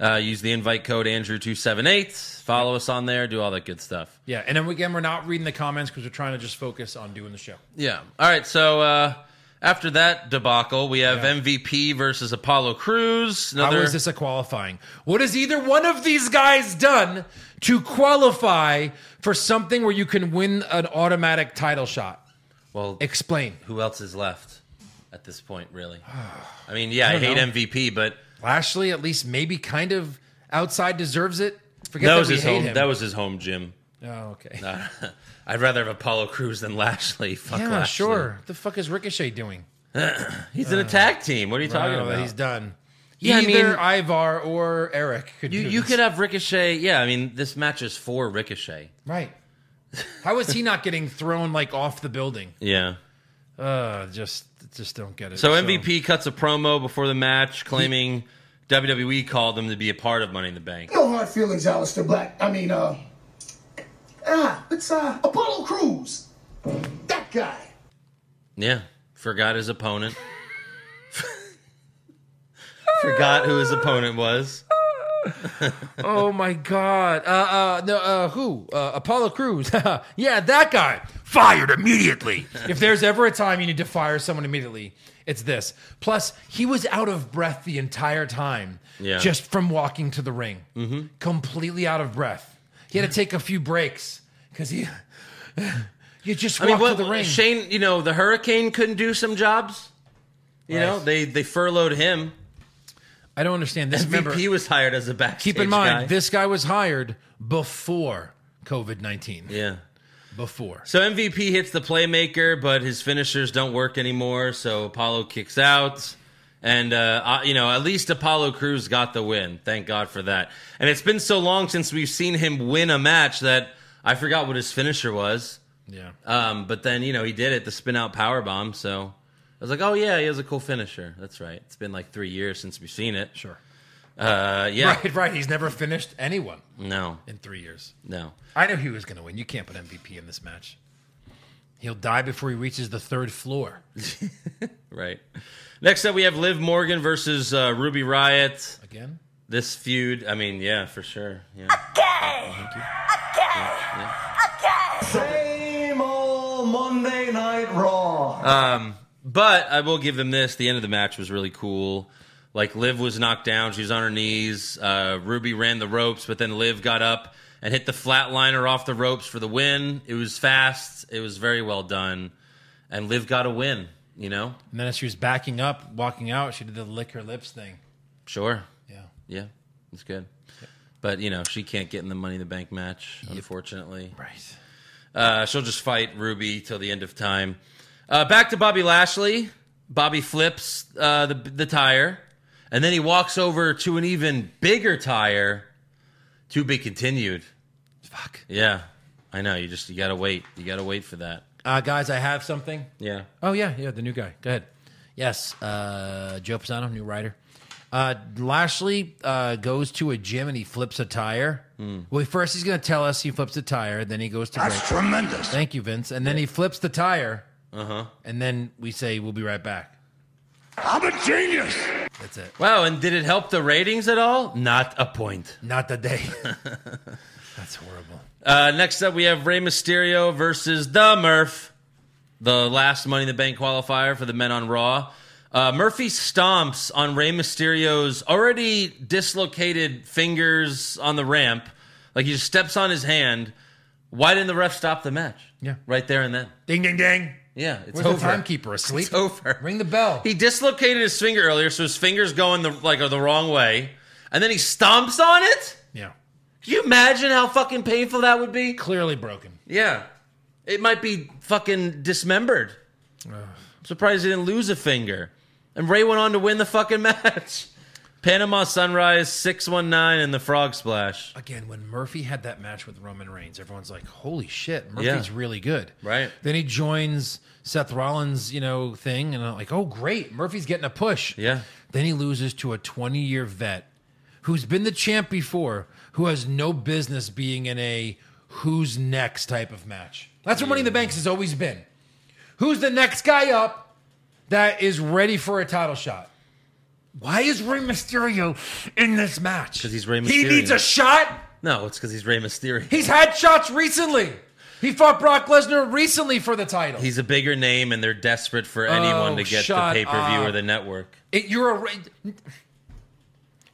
Uh, use the invite code Andrew two seven eight. Follow us on there. Do all that good stuff. Yeah, and then again, we're not reading the comments because we're trying to just focus on doing the show. Yeah. All right. So uh, after that debacle, we have MVP versus Apollo Cruz. How Another is this a qualifying? What has either one of these guys done to qualify for something where you can win an automatic title shot? well, Explain. who else is left at this point? Really? I mean, yeah, I, don't hate know. MVP, but Lashley, at least maybe kind of outside deserves it. Forget that that, was we his hate home. him. That was his home gym. oh, okay. I'd rather have Apollo Cruz than Lashley. Fuck yeah, Lashley. sure. What the fuck is Ricochet doing? He's in a tag team. What are you I talking don't know about? that he's done. Yeah, I either mean- Ivar or Eric could. You do you this. could have Ricochet. Yeah, I mean this match is for Ricochet. right. How is he not getting thrown like off the building? Yeah. Uh, just just don't get it. So MVP cuts a promo before the match claiming WWE called him to be a part of Money in the Bank. No hard feelings, Alistair Black. I mean, uh. Ah, it's uh, Apollo Cruz. That guy. Yeah. Forgot his opponent. Forgot who his opponent was. Oh my God. Uh, uh, no, uh, who? Uh, Apollo Cruz. yeah, that guy. Fired immediately. if there's ever a time you need to fire someone immediately, it's this. Plus, he was out of breath the entire time. Yeah. Just from walking to the ring. Mm-hmm. Completely out of breath. He had to take a few breaks because he. you just I walked mean, what, to the ring. Shane, you know, the Hurricane couldn't do some jobs. You know, Right. they they furloughed him. I don't understand this. Remember, MVP was hired as a backstage keep in mind guy. this guy was hired before COVID nineteen. yeah. Before. So MVP hits the playmaker, but his finishers don't work anymore. So Apollo kicks out, and uh, uh, you know at least Apollo Cruz got the win. Thank God for that. And it's been so long since we've seen him win a match that I forgot what his finisher was. Yeah. Um, but then you know he did it, the spin out power bomb. So I was like, oh yeah, he has a cool finisher. That's right. It's been like three years since we've seen it. Sure. Uh, yeah. Right, right. He's never finished anyone No. in three years. No. I knew he was going to win. You can't put MVP in this match. He'll die before he reaches the third floor. Right. Next up, we have Liv Morgan versus uh, Ruby Riot. Again? This feud, I mean, yeah, for sure. Yeah. Same old Monday Night Raw. But I will give them this. The end of the match was really cool. Like Liv was knocked down, she was on her knees. Uh, Ruby ran the ropes, but then Liv got up and hit the flatliner off the ropes for the win. It was fast. It was very well done, and Liv got a win. You know, And then as she was backing up, walking out, she did the lick her lips thing. sure, Yeah. yeah, it's good. But you know, she can't get in the Money in the Bank match, unfortunately. Right. Uh, she'll just fight Ruby till the end of time. Uh, back to Bobby Lashley. Bobby flips uh, the the tire, and then he walks over to an even bigger tire. To be continued. Fuck. Yeah, I know. You just you gotta wait. You gotta wait for that. Uh, guys, I have something. Yeah. Oh yeah, yeah, the new guy. Go ahead. Yes, uh, Joe Pisano, new writer. Uh, Lashley uh, goes to a gym and he flips a tire. Well, first he's going to tell us he flips a tire, then he goes to break. tremendous. Thank you, Vince. And then he flips the tire. Uh huh. And then we say we'll be right back. I'm a genius. That's it. Wow. And did it help the ratings at all? Not a point. Not today. That's horrible. Uh, next up, we have Rey Mysterio versus the Murph, the last Money in the Bank qualifier for the men on Raw. Uh, Murphy stomps on Rey Mysterio's already dislocated fingers on the ramp. Like he just steps on his hand. Why didn't the ref stop the match? Yeah. Right there and then. Ding ding ding. Yeah, it's Where's over. the timekeeper asleep? It's over. Ring the bell. He dislocated his finger earlier, so his finger's going the like are the wrong way, and then he stomps on it. yeah. Can you imagine how fucking painful that would be? Clearly broken. Yeah. It might be fucking dismembered. I'm surprised he didn't lose a finger. And Ray went on to win the fucking match. Panama Sunrise 619 and the Frog Splash. Again, when Murphy had that match with Roman Reigns, everyone's like, "Holy shit, Murphy's Yeah. really good." Right. Then he joins Seth Rollins, you know, thing, and I'm like, "Oh, great, Murphy's getting a push." Yeah. Then he loses to a 20-year vet who's been the champ before, who has no business being in a who's next type of match. That's what Money in the Banks has always been. Who's the next guy up that is ready for a title shot? Why is Rey Mysterio in this match? Because he's Rey He Mysterio. needs a shot. No, it's because he's Rey Mysterio. He's had shots recently. He fought Brock Lesnar recently for the title. He's a bigger name, and they're desperate for anyone Oh, to get the shut pay per view up. or the network. It- you're a re-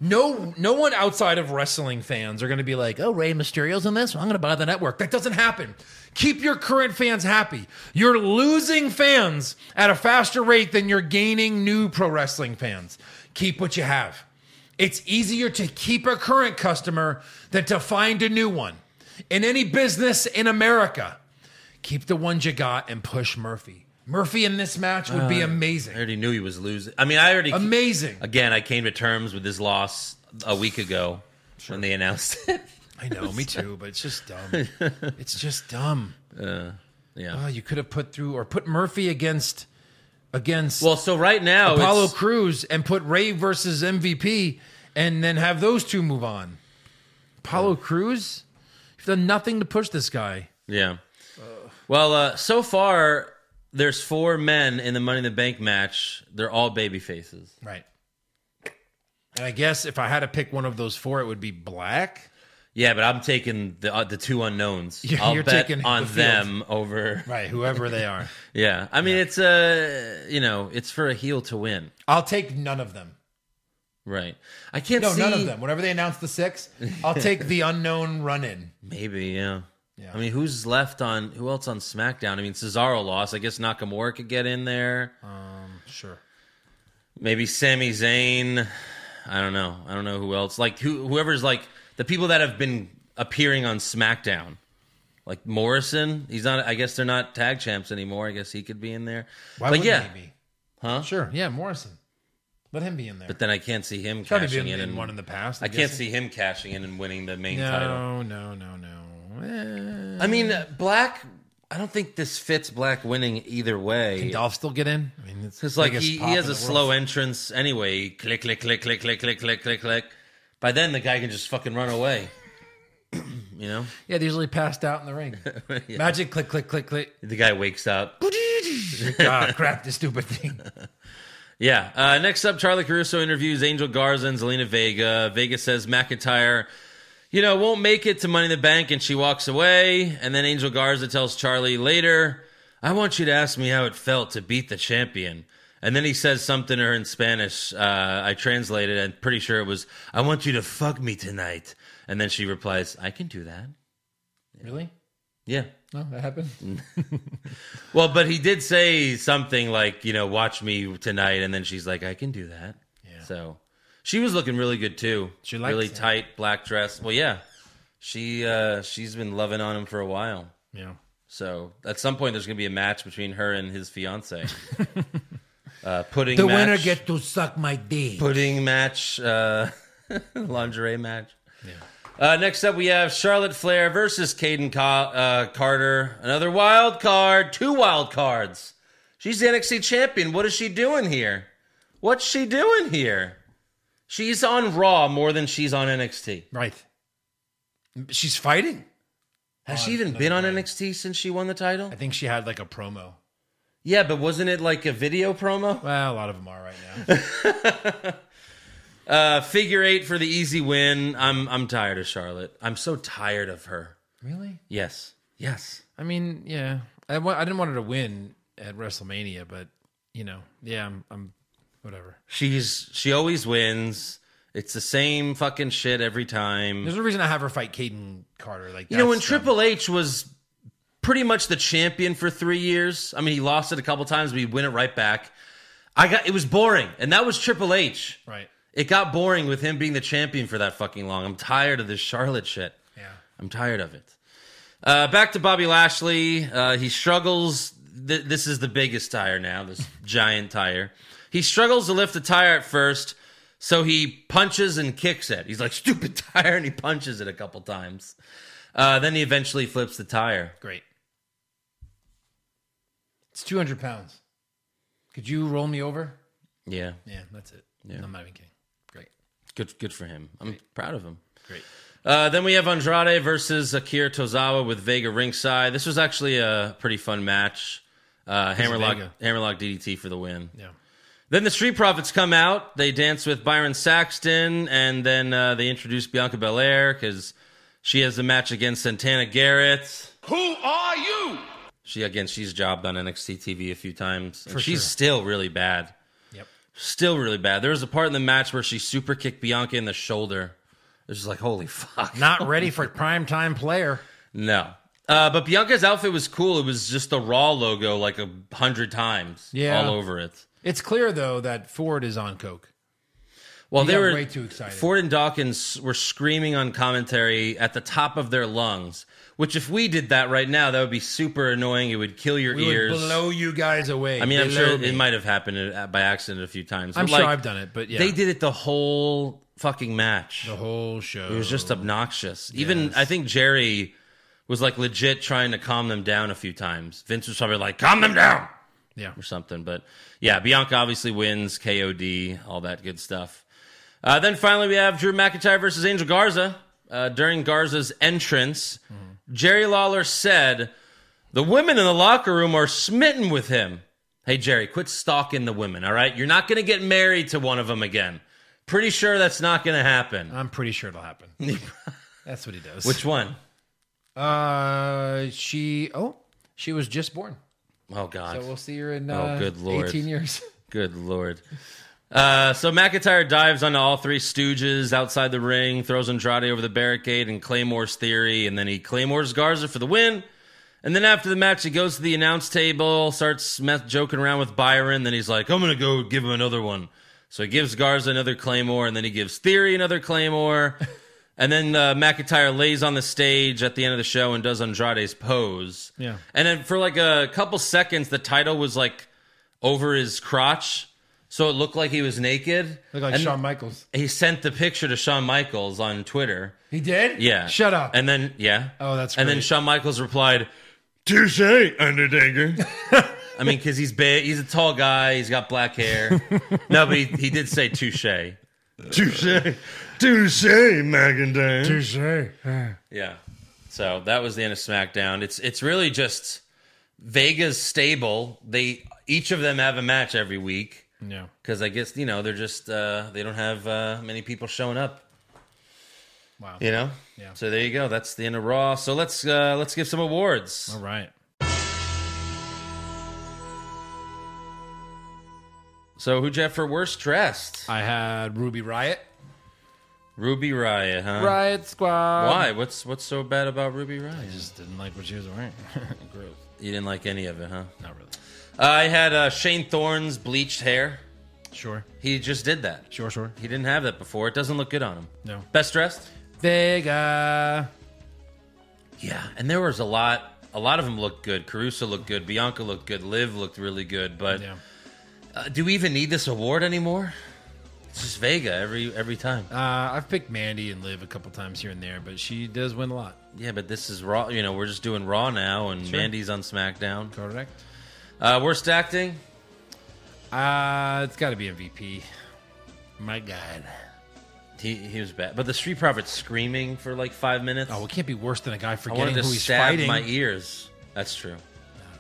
no. No one outside of wrestling fans are going to be like, "Oh, Rey Mysterio's in this. I'm going to buy the network." That doesn't happen. Keep your current fans happy. You're losing fans at a faster rate than you're gaining new pro wrestling fans. Keep what you have. It's easier to keep a current customer than to find a new one. In any business in America, keep the ones you got and push Murphy. Murphy in this match would be I amazing. already knew he was losing. I mean, I already. Amazing. Again, I came to terms with his loss a week ago when they announced it. I know, me too, but it's just dumb. it's just dumb. Uh, yeah. Oh, you could have put through or put Murphy against against well, so right now. Apollo it's- Cruz and put Ray versus MVP and then have those two move on. Apollo Cruz? You've done nothing to push this guy. Yeah. Well, uh, so far there's four men in the Money in the Bank match. They're all baby faces. Right. And I guess if I had to pick one of those four, it would be black. Yeah, but I'm taking the uh, the two unknowns. Yeah, I'll you're bet taking on the field. them over. Right, whoever they are. Yeah, I mean it's uh, you know it's for a heel to win, I'll take none of them. right? I can't No, see none of them. Whenever they announce the six, I'll take the unknown run in. Maybe yeah. Yeah. I mean, who's left on? Who else on SmackDown? I mean, Cesaro lost. I guess Nakamura could get in there. Sure. Maybe Sami Zayn. I don't know. I don't know who else. Like who, whoever's like the people that have been appearing on SmackDown. Like Morrison, he's not. I guess they're not tag champs anymore. I guess he could be in there. Why but wouldn't yeah, he be? Huh? Sure. Yeah, Morrison. Let him be in there. but then I can't see him Probably cashing been in. in, and, one in the past. I can't see him cashing in and winning the main No, title. no, no, no. Eh, I mean, Black. I don't think this fits Black winning either way. Can Dolph still get in? I mean, it's Because like biggest he, pop he has in a the slow world. entrance anyway. Click click click click click click click click click. By then the guy can just fucking run away. You know, Yeah, they usually passed out in the ring. Magic click, click, click, click. the guy wakes up. Ah, crap, this stupid thing. Yeah. Uh, next up, Charlie Caruso interviews Angel Garza and Zelina Vega. Vega says McIntyre, you know, won't make it to Money in the Bank, and she walks away. And then Angel Garza tells Charlie later, I want you to ask me how it felt to beat the champion. And then he says something to her in Spanish. Uh, I translated, and pretty sure it was, I want you to fuck me tonight. And then she replies, I can do that. Really? Yeah. No, that happened. Mm. Well, but he did say something like, you know, watch me tonight, and then she's like, I can do that. Yeah. So she was looking really good too. She likes really it. tight black dress. Well, yeah, she uh, she's been loving on him for a while. Yeah. So at some point, there's gonna be a match between her and his fiance. uh, pudding. The match, winner get to suck my dick. pudding match, uh, lingerie match. Uh, next up, we have Charlotte Flair versus Caden Ca- uh, Carter. Another wild card, two wild cards. She's the NXT champion. What is she doing here? What's she doing here? She's on Raw more than she's on NXT. Right. She's fighting. Has she even been on NXT since she won the title? Oh, I think she had like a promo. Yeah, but wasn't it like a video promo? Well, a lot of them are right now. Uh, figure eight for the easy win. I'm I'm tired of Charlotte. I'm so tired of her. really? Yes, yes. I mean, yeah. I, wa- I didn't want her to win at WrestleMania, but you know, yeah, I'm, I'm whatever. She's she always wins. It's the same fucking shit every time. There's no reason I have her fight Caden Carter. Like You know, when that's, um, Triple H was pretty much the champion for three years. I mean, he lost it a couple times, but he win it right back. I got it was boring, and that was Triple H. right? It got boring with him being the champion for that fucking long. I'm tired of this Charlotte shit. Yeah. I'm tired of it. Uh, back to Bobby Lashley. Uh, he struggles. Th- this is the biggest tire now, this giant tire. He struggles to lift the tire at first, so he punches and kicks it. He's like, stupid tire, and he punches it a couple times. Uh, then he eventually flips the tire. Great. It's 200 pounds. Could you roll me over? Yeah, Yeah, that's it. I'm not even kidding. Great. good, good for him. I'm proud of him. Great. Uh, then we have Andrade versus Akira Tozawa with Vega ringside. This was actually a pretty fun match. Uh, hammerlock, Vega. hammerlock DDT for the win. Yeah. Then the Street Profits come out. They dance with Byron Saxton, and then uh, they introduce Bianca Belair because she has the match against Santana Garrett. Who are you? She again, she's jobbed on NXT TV a few times. And she's sure. still really bad. Yep. Still really bad. There was a part in the match where she super kicked Bianca in the shoulder. It was just like, holy fuck. Not ready for prime time player. No. Uh, but Bianca's outfit was cool. It was just the Raw logo like a hundred times Yeah. all over it. It's clear though that Ford is on coke. Well, He they got were way too excited. Ford and Dawkins were screaming on commentary at the top of their lungs. Which, if we did that right now, that would be super annoying. It would kill your We ears. would blow you guys away. I mean, I'm Below sure me. it might have happened by accident a few times. I'm but, sure like, I've done it, but yeah, They did it the whole fucking match. the whole show. It was just obnoxious. Even I think Jerry was like legit trying to calm them down a few times. Vince was probably like, "Calm them down." yeah. or something. But yeah, Bianca obviously wins, KOD, all that good stuff. Uh, then finally, we have Drew McIntyre versus Angel Garza. Uh, during Garza's entrance, Mm-hmm. Jerry Lawler said, The women in the locker room are smitten with him. Hey, Jerry, quit stalking the women, all right? You're not going to get married to one of them again. Pretty sure that's not going to happen. I'm pretty sure it'll happen. That's what he does. Which one? uh, she oh, she was just born, Oh, God. so we'll see her in Oh, uh, good Lord. 18 years. Good lord. Uh, so McIntyre dives onto all three Stooges outside the ring, throws Andrade over the barricade, and Claymore's theory, and then he Claymore's Garza for the win. And then after the match, he goes to the announce table, starts me- joking around with Byron. Then he's like, "I'm gonna go give him another one." So he gives Garza another Claymore, and then he gives Theory another Claymore. and then uh, McIntyre lays on the stage at the end of the show and does Andrade's pose. Yeah. And then for like a couple seconds, the title was like over his crotch, so it looked like he was naked. Look like and Shawn Michaels. He sent the picture to Shawn Michaels on Twitter. He did. Yeah. Shut up. And then yeah. Oh, that's And then great. Shawn Michaels replied, "Touche, Undertaker." I mean, because he's big, he's a tall guy, he's got black hair. no, but he, he did say touche. Touche, touche, McIntyre. Touche. Yeah. So that was the end of SmackDown. It's it's really just Vega's stable. They each of them have a match every week Yeah. because I guess you know they're just uh, they don't have uh, many people showing up. Wow. You know. Yeah. So there you go. That's the end of Raw. So let's uh, let's give some awards. All right. So who Jeff for worst dressed? I had Ruby Riot. Ruby Riot, huh? Riot Squad. Why? What's what's so bad about Ruby Riot? I just didn't like what she was wearing. Gross. You didn't like any of it, huh? Not really. I had uh, Shane Thorne's bleached hair. Sure. He just did that. Sure, sure. He didn't have that before. It doesn't look good on him. No. Best dressed? Vega. Yeah. And there was a lot. A lot of them looked good. Caruso looked good. Bianca looked good. Liv looked really good. But Yeah. uh, do we even need this award anymore? It's just Vega every every time. Uh, I've picked Mandy and Liv a couple times here and there, but she does win a lot. yeah, but this is Raw. You know, we're just doing Raw now, and Mandy's on SmackDown. Correct. Uh, worst acting? Uh, it's got to be MVP. My God. He, he was bad. But the Street Profits screaming for like five minutes. Oh, it can't be worse than a guy I forgetting wanted who to he's stab fighting. Uh, my ears. That's true.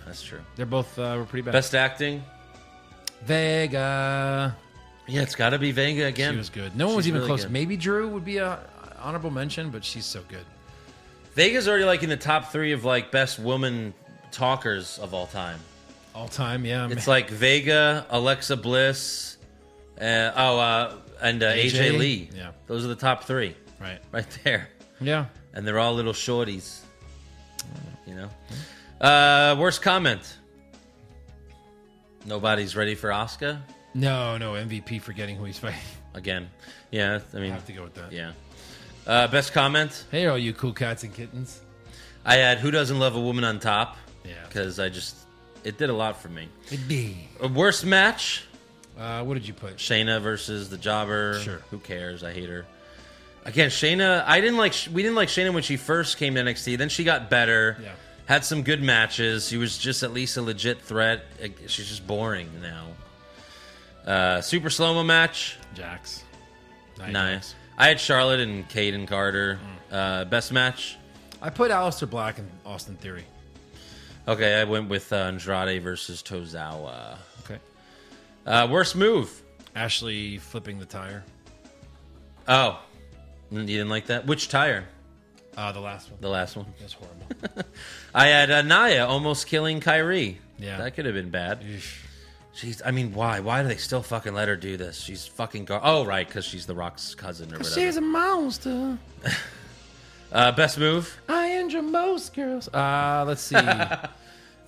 That's true. They're both uh, were pretty bad. Best acting? Vega. Yeah, it's got to be Vega again. She was good. No one was She's even really close. good. Maybe Drew would be a honorable mention, but she's so good. Vega's already like in the top three of like best woman talkers of all time. All time, yeah. It's man. like Vega, Alexa Bliss, uh, oh, uh, and uh, AJ? AJ? Lee. Yeah. those are the top three right. right there, Yeah. and they're all little shorties. You know. Hmm. Uh, worst comment. Nobody's ready for Oscar No, no MVP forgetting who he's fighting. again. Yeah, I I mean, have to go with that. yeah. Uh, best comment. Hey, all you cool cats and kittens. I had "Who doesn't love a woman on top?" Yeah. because I just it did a lot for me. It be. A worst match: Uh, what did you put? Shayna versus the Jobber. Sure. who cares? I hate her. Again, Shayna. I didn't like. We didn't like Shayna when she first came to NXT. Then she got better. Yeah. Had some good matches. She was just at least a legit threat. Uh, She's just boring now. Uh, super slow mo match. Jax. Nice. I had Charlotte and Caden Carter. Mm. Uh, best match. I put Aleister Black and Austin Theory. Okay, I went with uh, Andrade versus Tozawa. Okay. Uh, worst move. Ashley flipping the tire. Oh, Mm, you didn't like that? Which tire? Uh, the last one. The last one. That's horrible. I had uh, Naya almost killing Kyrie. Yeah. that could have been bad. Eesh. Jeez, I mean, why? Why do they still fucking let her do this? She's fucking. Gar- oh, right, because she's The Rock's cousin or whatever. a monster. uh, best move. I injure most girls. Uh, let's see. uh,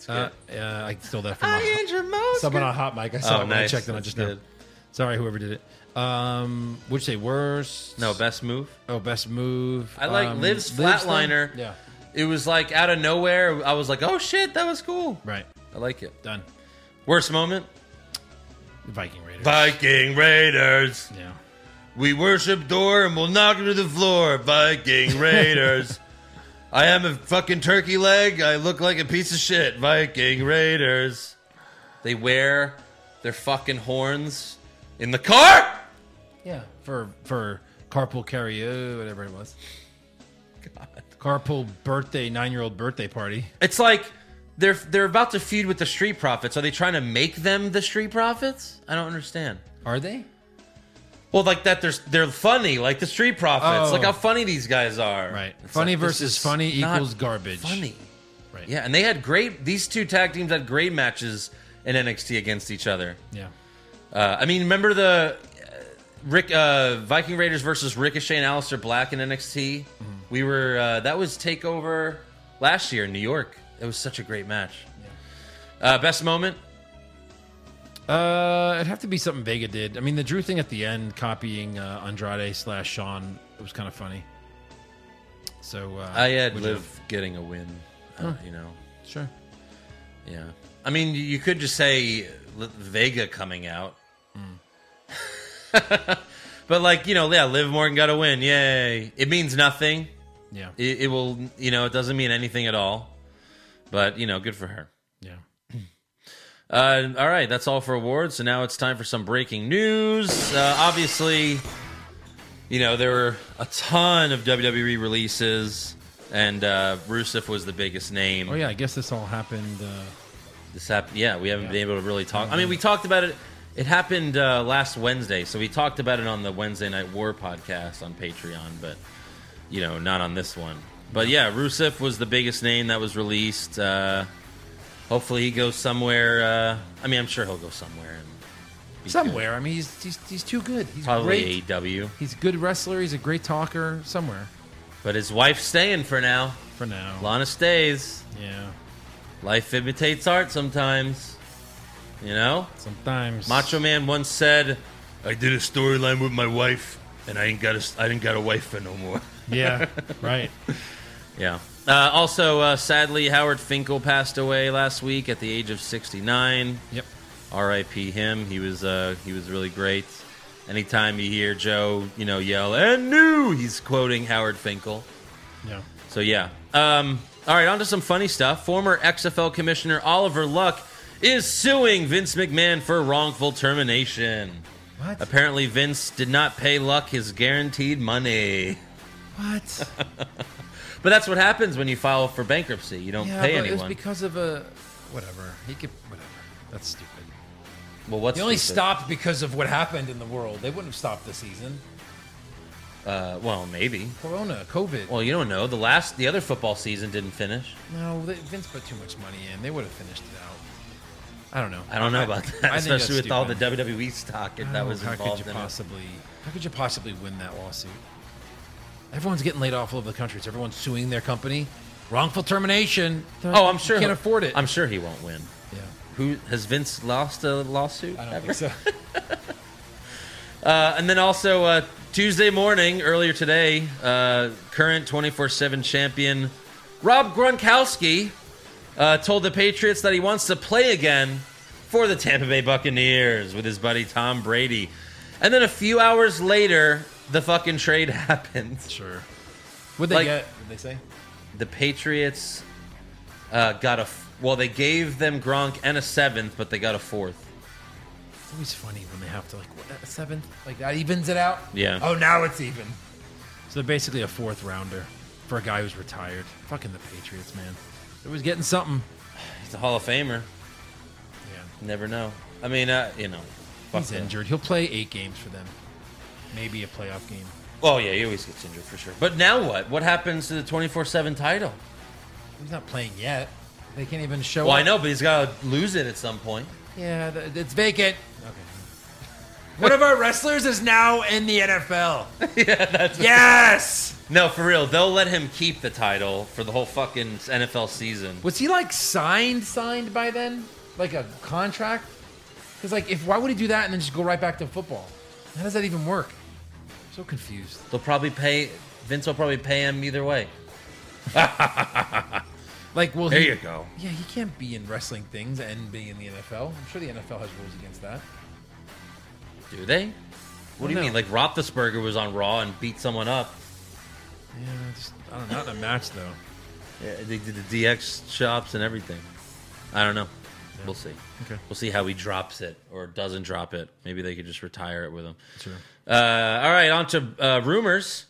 uh, I stole that from my- injure most. someone on Hot Mic. I Oh, saw it when nice. I checked and I That's just good. did. Sorry, whoever did it. Um, would say worst? No, best move. Oh, best move. I like um, Liv's thing? flatliner. Yeah. It was like out of nowhere. I was like, oh shit, that was cool. Right. I like it. Done. Worst moment. Viking Raiders. Viking Raiders. yeah. We worship Thor and we'll knock him to the floor, Viking Raiders. I am a fucking turkey leg. I look like a piece of shit, Viking Raiders. They wear their fucking horns in the car. Yeah. For for carpool karaoke, whatever it was. God. Carpool birthday, nine year old birthday party. It's like they're they're about to feud with the street profits. Are they trying to make them the street profits? I don't understand. Are they? Well, like that, they're they're funny, like the street profits. Oh. Look how funny these guys are. Right. It's Funny like, this versus is funny not equals garbage. Funny. Right. Yeah, and they had great. These two tag teams had great matches in NXT against each other. Yeah. Uh, I mean, remember the uh, Rick uh, Viking Raiders versus Ricochet and Aleister Black in NXT? We were uh, that was Takeover last year in New York. It was such a great match. Uh, best moment. Uh, it'd have to be something Vega did. I mean, the Drew thing at the end, copying uh, Andrade slash Sean, it was kind of funny. So uh, I had would Liv getting a win. Uh, You know, you- Sure. yeah. I mean, you- you could just say uh, L- Vega coming out. Hmm. but like you know, yeah, Liv Morgan got a win. Yay! It means nothing. Yeah. It, it will, you know, it doesn't mean anything at all. But you know, good for her. yeah. Uh, all right, that's all for awards. So now it's time for some breaking news. Uh, obviously, you know there were a ton of WWE E releases. and uh, Rusev was the biggest name. Oh yeah, I guess this all happened. Uh, This happened. Yeah, Mm-hmm. we haven't been able to really talk. I mean, we talked about it. It happened uh, last Wednesday, so we talked about it on the Wednesday Night War podcast on Patreon, but you know, not on this one. But yeah, Rusev was the biggest name that was released. Uh, hopefully, he goes somewhere. Uh, I mean, I'm sure he'll go somewhere. And be good. somewhere. I mean, he's, he's he's too good. He's probably E great. AEW. He's a good wrestler. He's a great talker. Somewhere But his wife's staying for now. for now. Lana stays. Yeah. Life imitates art sometimes. You know? Sometimes Macho Man once said, "I did a storyline with my wife, and I ain't got a, I didn't got a wife for no more." Yeah. right. Yeah. Uh, also, uh, sadly, Howard Finkel passed away last week at the age of 69. Yep. R.I.P. Him. He was uh, he was really great. Anytime you hear Joe, you know, yell and new, he's quoting Howard Finkel. Yeah. So yeah. Um, all right, on to some funny stuff. Former XFL commissioner Oliver Luck is suing Vince McMahon for wrongful termination. What? Apparently, Vince did not pay Luck his guaranteed money. What? But that's what happens when you file for bankruptcy. You don't yeah, pay but it was anyone. because of a whatever. He could whatever. That's stupid. well, what's They only stupid? stopped because of what happened in the world. They wouldn't have stopped the season. Uh, well, maybe. Corona, COVID. Well, you don't know. The last, the other football season didn't finish. no, they, Vince put too much money in. They would have finished it out. I don't know. I don't know about that, I think that's especially with all the stupid. WWE stock if I that don't was know, how involved could you in it. possibly how could you possibly win that lawsuit everyone's getting laid off all over the country so everyone's suing their company wrongful termination Oh, I'm sure you can't he'll- afford it I'm sure he won't win. yeah Who has Vince lost a lawsuit? i don't ever? think so Uh, and then also uh, Tuesday morning, earlier today, uh, current 24 7 champion Rob Gronkowski uh, told the Patriots that he wants to play again for the Tampa Bay Buccaneers with his buddy Tom Brady. And then a few hours later, the fucking trade happened. sure would they Like- get would they say The Patriots uh, got a. F- well, they gave them Gronk and a seventh, but they got a fourth. it's always funny when they have to like what a seventh like that evens it out Yeah. oh now it's even so they're basically a fourth rounder for a guy who's retired fucking the patriots man they was getting something He's a Hall of Famer. yeah Never know. I mean, uh, you know. fuck he's them. injured he'll play eight games for them maybe a playoff game Oh yeah, he always gets injured for sure. But now what? What happens to the twenty four seven title? He's not playing yet. They can't even show Well, up. I know, but he's got to lose it at some point. Yeah, th- it's vacant. Okay. One of our wrestlers is now in the NFL. yeah, that's yes. No, for real, they'll let him keep the title for the whole fucking NFL season. Was he like signed, signed by then, like a contract? Because like, if why would he do that and then just go right back to football? How does that even work? I'm so confused. They'll probably pay Vince. Will probably pay him either way. Like, well, There he, you go. Yeah, he can't be in wrestling things and be in the NFL. I'm sure the NFL has rules against that. Do they? What do you No. mean? Like Roethlisberger was on Raw and beat someone up. Yeah, just, I don't know. Not in a match though. Yeah, They did the DX shops and everything. I don't know. We'll see. Okay. We'll see how he drops it or doesn't drop it. Maybe they could just retire it with him. Sure. Uh, all right, on to uh, rumors.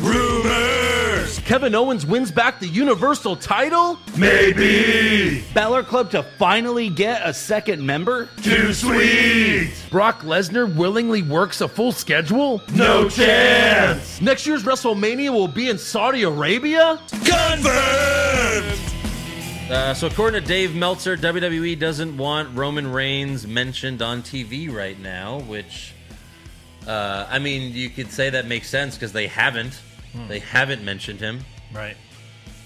Rumors! Kevin Owens wins back the Universal title? Maybe! Balor Club to finally get a second member? Too sweet! Brock Lesnar willingly works a full schedule? No chance! Next year's WrestleMania will be in Saudi Arabia? Confirmed! Uh, so, according to Dave Meltzer, WWE doesn't want Roman Reigns mentioned on TV right now, which, uh, I mean, you could say that makes sense because they haven't. They haven't mentioned him. Right.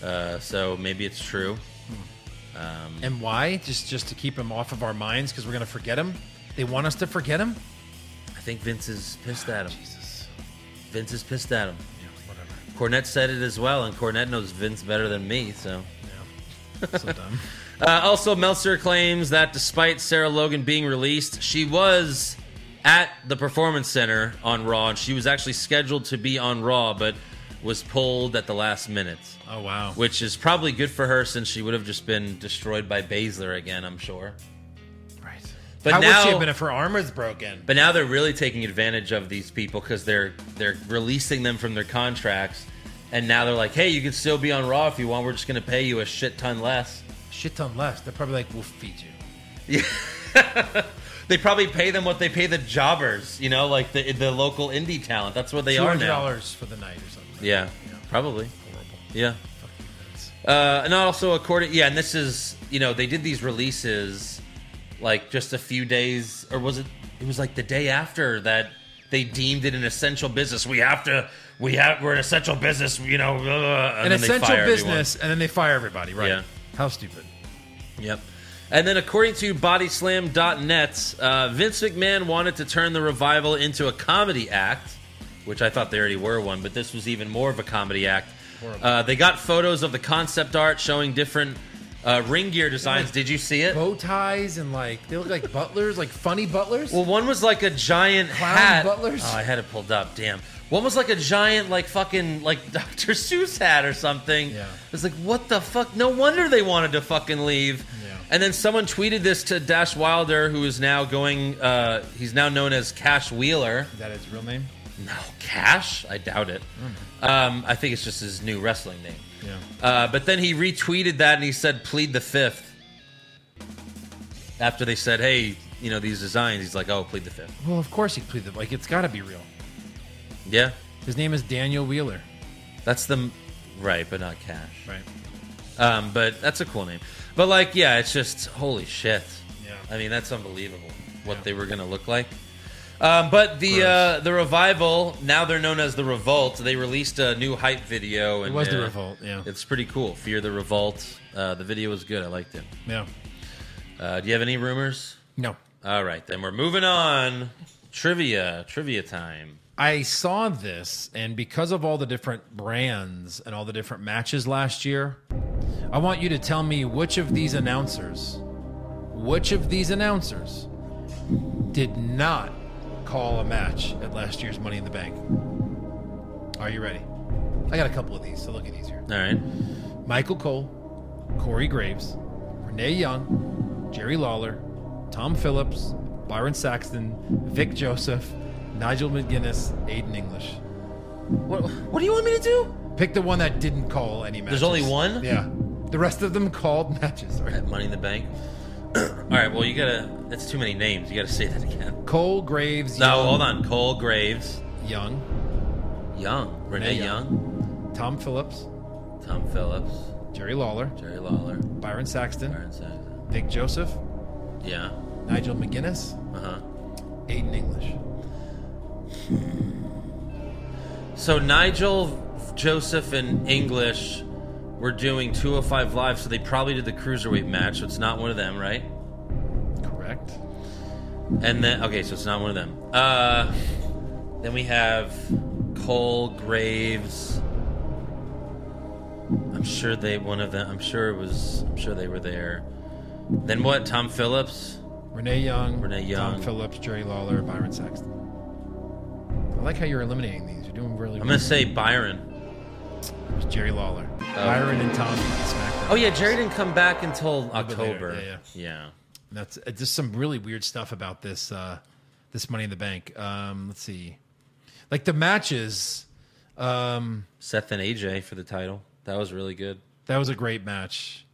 Uh, so, maybe it's true. And why? Just just to keep him off of our minds because we're gonna forget him. They want us to forget him. I think Vince is pissed at him. Jesus. Vince is pissed at him. Yeah, whatever. Cornette said it as well, and Cornette knows Vince better than me, so. Yeah. so dumb. Uh, also, Meltzer claims that despite Sarah Logan being released, she was at the Performance Center on Raw, and she was actually scheduled to be on Raw, but was pulled at the last minute, Oh wow. which is probably good for her since she would have just been destroyed by Baszler again, I'm sure. right. But How would now- she have been if her arm was broken? But now they're really taking advantage of these people because they're they're releasing them from their contracts And now they're like, hey, you can still be on Raw if you want. We're just going to pay you a shit ton less. Shit ton less. They're probably like, we'll feed you. They probably pay them what they pay the jobbers, you know, like the the local indie talent. That's what they Two are hundred now. dollars for the night or something. Yeah, probably. Yeah. Uh, and also according, yeah, and this is you know they did these releases like just a few days, or was it? It was like the day after that they deemed it an essential business. We have to, we have, we're an essential business, you know. blah, blah, blah, and An then they essential fire everyone. business, and then they fire everybody. Right? Yeah. How stupid. Yep. And then, according to Bodyslam.net, uh, Vince McMahon wanted to turn the revival into a comedy act, which I thought they already were one, but this was even more of a comedy act. Horrible. Uh, they got photos of the concept art showing different uh, ring gear designs. Did you see it? Bow ties and like they look like butlers, like funny butlers. Well, one was like a giant Clown hat. butlers? Oh, I had it pulled up. Damn. One was like a giant, like fucking, like Dr. Seuss hat or something. Yeah. It's like, what the fuck? No wonder they wanted to fucking leave. Yeah. And then someone tweeted this to Dash Wilder, who is now going. Uh, he's now known as Cash Wheeler. Is that his real name? No, Cash? I doubt it. Um, I think it's just his new wrestling name. Hmm. Yeah. Uh, but then he retweeted that and he said, plead the fifth. After they said, hey, you know, these designs, he's like, oh, plead the fifth. Well, of course he pleaded. Like it's got to be real. Yeah. His name is Daniel Wheeler. That's the right, but not cash. Right. Um, but that's a cool name. But like, yeah, it's just holy shit. Yeah. I mean, that's unbelievable what they were gonna look like. Um, but the uh, the revival now they're known as the Revolt. They released a new hype video. And, was The uh, Revolt, yeah. it's pretty cool. Fear the Revolt. Uh, the video was good. I liked it. Yeah. Uh, do you have any rumors? No. All right, then we're moving on. Trivia, trivia time. I saw this, and because of all the different brands and all the different matches last year, I want you to tell me which of these announcers, which of these announcers did not call a match at last year's Money in the Bank. Are you ready? I got a couple of these, so look at these here. All right. Michael Cole, Corey Graves, Renee Young, Jerry Lawler, Tom Phillips, Byron Saxton, Vic Joseph, Nigel McGuinness, Aiden English. What, what do you want me to do? Pick the one that didn't call any matches. There's only one? Yeah. The rest of them called matches. Sorry. At Money in the Bank. All right, well, you gotta. That's too many names. You gotta say that again. Cole Graves. No, Young, hold on. Cole Graves, Young, Young, Renee Renee Young, Tom Phillips, Tom Phillips, Jerry Lawler, Jerry Lawler, Byron Saxton, Byron Saxton. Vic Joseph, Yeah. Nigel McGuinness, Uh huh. Aiden English. So Nigel, Joseph, and English were doing 205 Live, so they probably did the cruiserweight match. So it's not one of them, right? Correct. And then okay, so it's not one of them. Uh, then we have Cole Graves. I'm sure they one of them. I'm sure it was. I'm sure they were there. Then what? Tom Phillips. Renee Young, Renee Young. Tom Phillips, Jerry Lawler, Byron Saxton. I like how you're eliminating these. You're doing really. I'm gonna say Byron. it was Jerry Lawler, Byron, and Tom on SmackDown. Oh yeah, Jerry didn't come back until bit later, October. yeah, yeah. And That's uh, just some really weird stuff about this uh, this Money in the Bank. Um, let's see, like the matches. Um, Seth and AJ for the title. That was really good. that was a great match.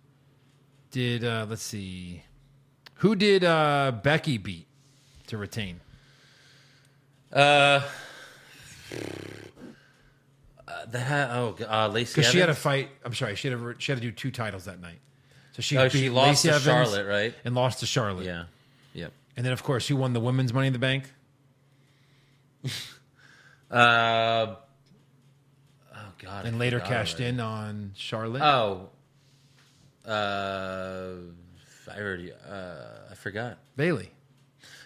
Did uh, let's see, who did uh, Becky beat to retain? Uh. uh, That oh g- uh, Lacey Because Evans. she had a fight. I'm sorry, she had a, she had to do two titles that night. So she Oh, beat she lost Lacey to Evans Charlotte, right? And lost to Charlotte. yeah, yep. And then of course, who won the women's Money in the Bank? Uh, oh god. I And later forgot cashed already. in on Charlotte. Oh. Uh, I already. Uh, I forgot. Bailey.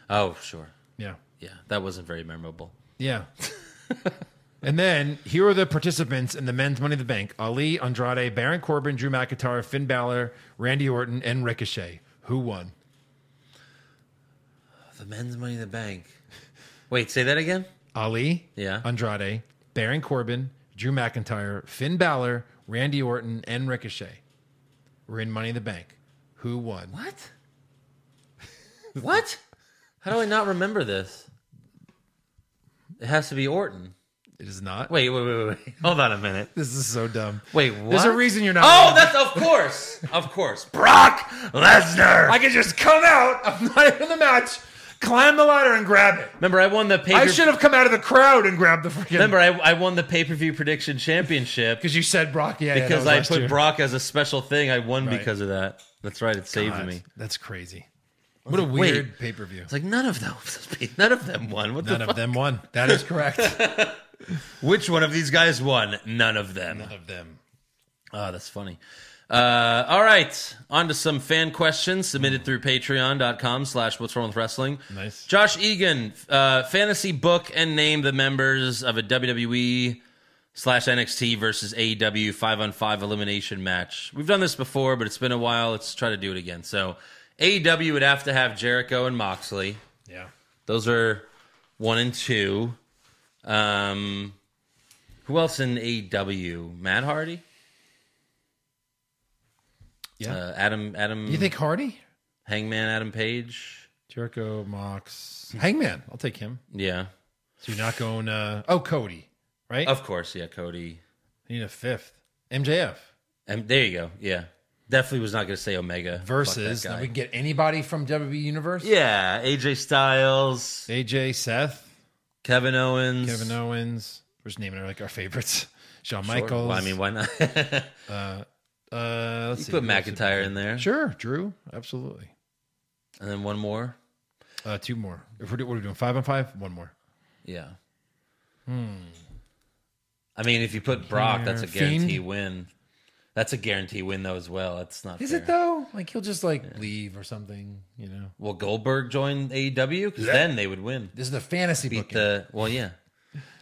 Oh sure. Yeah. Yeah, that wasn't very memorable. Yeah. and then here are the participants in the men's Money in the Bank: Ali, Andrade, Baron Corbin, Drew McIntyre, Finn Balor, Randy Orton, and Ricochet. Who won? The men's money in the bank. Wait, say that again. Ali. Yeah. Andrade, Baron Corbin, Drew McIntyre, Finn Balor, Randy Orton, and Ricochet. We're in Money in the Bank. Who won? What? what? How do I not remember this? It has to be Orton. It is not. Wait, wait, wait, wait. wait. Hold on a minute. This is so dumb. Wait, There's a what? reason you're not. Oh, that's of course, of course. Brock Lesnar. I can just come out. I'm not even in the match. Climb the ladder and grab it. Remember, I won the pay. I should have come out of the crowd and grabbed the freaking. Remember, I, I won the pay per view prediction championship because you said Brock. Yeah, yeah, that because was I last put year. Brock as a special thing. I won Right. because of that. That's right. It saved God, me. That's crazy. What a like, wait. weird pay per view. It's like none of those. None of them won. What None the of them won. That is correct. Which one of these guys won? None of them. None of them. Oh, that's funny. Uh, all right, on to some fan questions submitted through patreon.com slash what's wrong with wrestling. Nice. Josh Egan, uh, fantasy book and name the members of a WWE slash NXT versus AEW five on five elimination match. We've done this before, but it's been a while. Let's try to do it again. So AEW would have to have Jericho and Moxley. Yeah. Those are one and two. Um, who else in AEW? Matt Hardy? Yeah. Uh, Adam Adam you think Hardy? Hangman Adam Page? Jericho, Hmm. Mox, Hangman. I'll take him. Yeah. So you're not going. Uh, oh, Cody. Right. Of course, yeah, Cody. you need a fifth. MJF And there you go. Yeah. Definitely was not going to say Omega Fuck that versus. guy. Then we can get anybody from WWE Universe. yeah, AJ Styles, AJ, Seth, Kevin Owens. Kevin Owens. We're just naming our, like our favorites. Shawn Sure. Michaels. Well, I mean, why not? you uh, let's see, put who else did we McIntyre put? in there. Sure, Drew. Absolutely. And then one more. Uh, two more. If we're, do- what are we doing? Five on five. One more. Yeah. Hmm. I mean, if you put Brock, that's a Here, Hmm. Fiend. guarantee win. That's a guarantee win though as well. That's not Is fair. it though? Like he'll just like leave or something. You know. Will Goldberg join AEW? Because then they would win. This is the fantasy Beat booking. the well, yeah.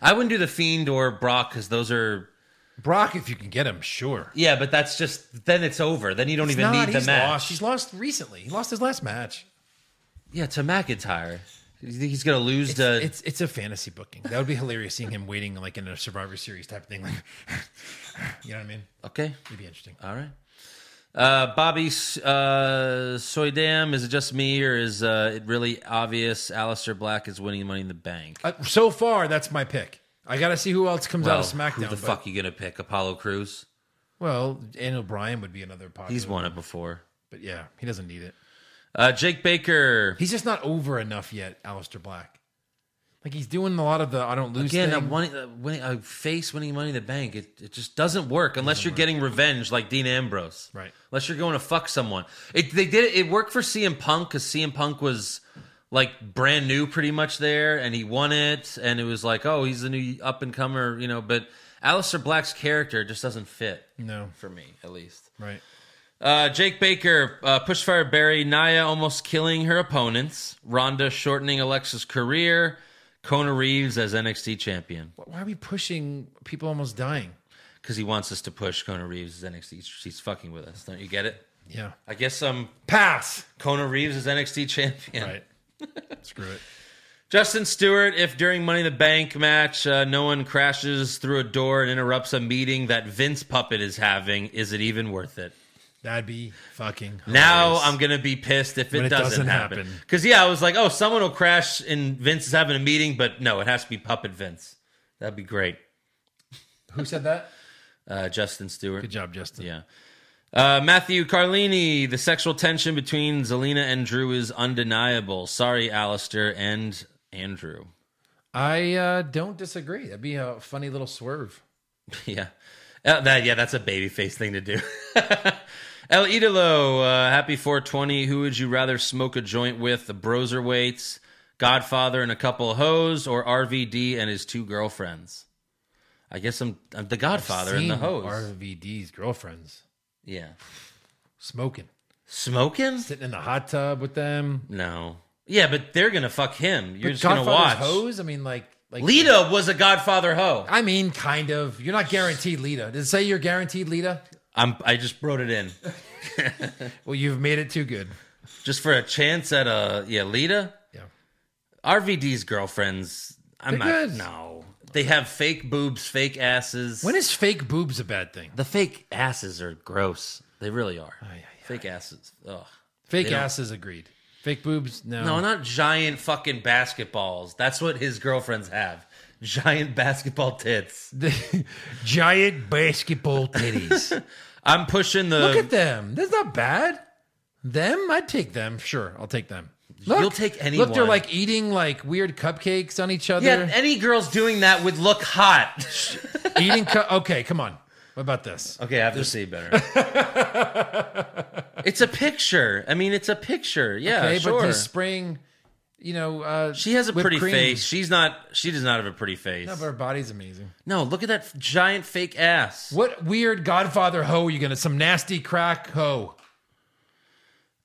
I wouldn't do the Fiend or Brock because those are Brock, if you can get him, sure. yeah, but that's just then it's over. Then you don't He's even not. need the He's match. Lost. He's lost recently. He lost his last match. Yeah, to McIntyre. You think he's gonna lose It's, to? it's it's a fantasy booking. That would be hilarious seeing him waiting like in a Survivor Series type of thing. Like, you know what I mean? okay, It'd be interesting. all right. Uh, Bobby uh, Soydam, is it just me or is uh, it really obvious? Alistair Black is winning Money in the Bank. Uh, so far, that's my pick. I got to see who else comes out Well, of SmackDown. who the but- fuck you gonna pick? Apollo Cruz? Well, Daniel Bryan would be another popular. He's won it before. but yeah, he doesn't need it. Uh, Jake Baker. He's just not over enough yet, Aleister Black. Like he's doing a lot of the I don't lose Again, thing. a, money, uh winning, a face winning Money in the Bank, it, it just doesn't work unless you're getting revenge like Dean Ambrose. Right. Unless you're going to fuck someone. It, they did it, it worked for CM Punk because CM Punk was like brand new pretty much there and he won it and it was like, oh, he's the new up and comer, you know, but Alistair Black's character just doesn't fit no, for me at least. right? Uh, Jake Baker, uh, Pushfire Barry, Naya almost killing her opponents, Ronda shortening Alexa's career, Kona Reeves as NXT champion Why are we pushing people almost dying? because he wants us to push Kona Reeves as NXT. She's fucking with us. Don't you get it? Yeah, I guess um, pass. Kona Reeves is NXT champion. Right. Screw it. Justin Stewart, if during Money in the Bank match uh, no one crashes through a door and interrupts a meeting that Vince Puppet is having, is it even worth it? That'd be fucking. Now hilarious. I'm gonna be pissed if it, When it doesn't, doesn't happen. happen. Because yeah, I was like, oh, someone will crash and Vince is having a meeting, but no, it has to be Puppet Vince. That'd be great. Who said that? Uh, Justin Stewart. Good job, Justin. Yeah. Uh, Matthew Carlini, the sexual tension between Zelina and Drew is undeniable. Sorry, Alistair and Andrew. I uh, don't disagree. That'd be a funny little swerve. yeah. Uh, that yeah, that's a babyface thing to do. El Idolo, uh, happy 420. Who would you rather smoke a joint with? The Broserweights, Godfather and a couple of hoes, or RVD and his two girlfriends? I guess I'm, I'm the Godfather and the Seen hoes. RVD's girlfriends yeah. smoking, Smoking? sitting in the hot tub with them. No. Yeah, but they're gonna fuck him. You're But just gonna watch. Godfather's hoes. I mean, like, like Lita was a Godfather hoe. I mean, kind of. You're not guaranteed, Lita. Did it say you're guaranteed, Lita? I'm, I just wrote it in Well, you've made it too good. just for a chance at a yeah Lita. Yeah. RVD's girlfriends. I'm They're not. good. No, they have fake boobs, fake asses. When is fake boobs a bad thing? the fake asses are gross. They really are. Fake asses. Ugh. Fake don't- asses agreed. Fake boobs? No. No, not giant fucking basketballs. That's what his girlfriends have. Giant basketball tits. giant basketball titties. I'm pushing the. Look at them. That's not bad. Them? I'd take them. Sure, I'll take them. Look, You'll take Look, they're anyone. like eating like weird cupcakes on each other. Yeah, any girls doing that would look hot. eating. Cu- okay, come on. What about this? Okay, I have to see better. it's a picture. I mean, it's a picture. Yeah, okay, sure. but this spring, you know, uh, she has a whipped pretty cream. face. She's not. She does not have a pretty face. No, but her body's amazing. No, look at that f- giant fake ass. What weird Godfather hoe are you gonna? Some nasty crack hoe.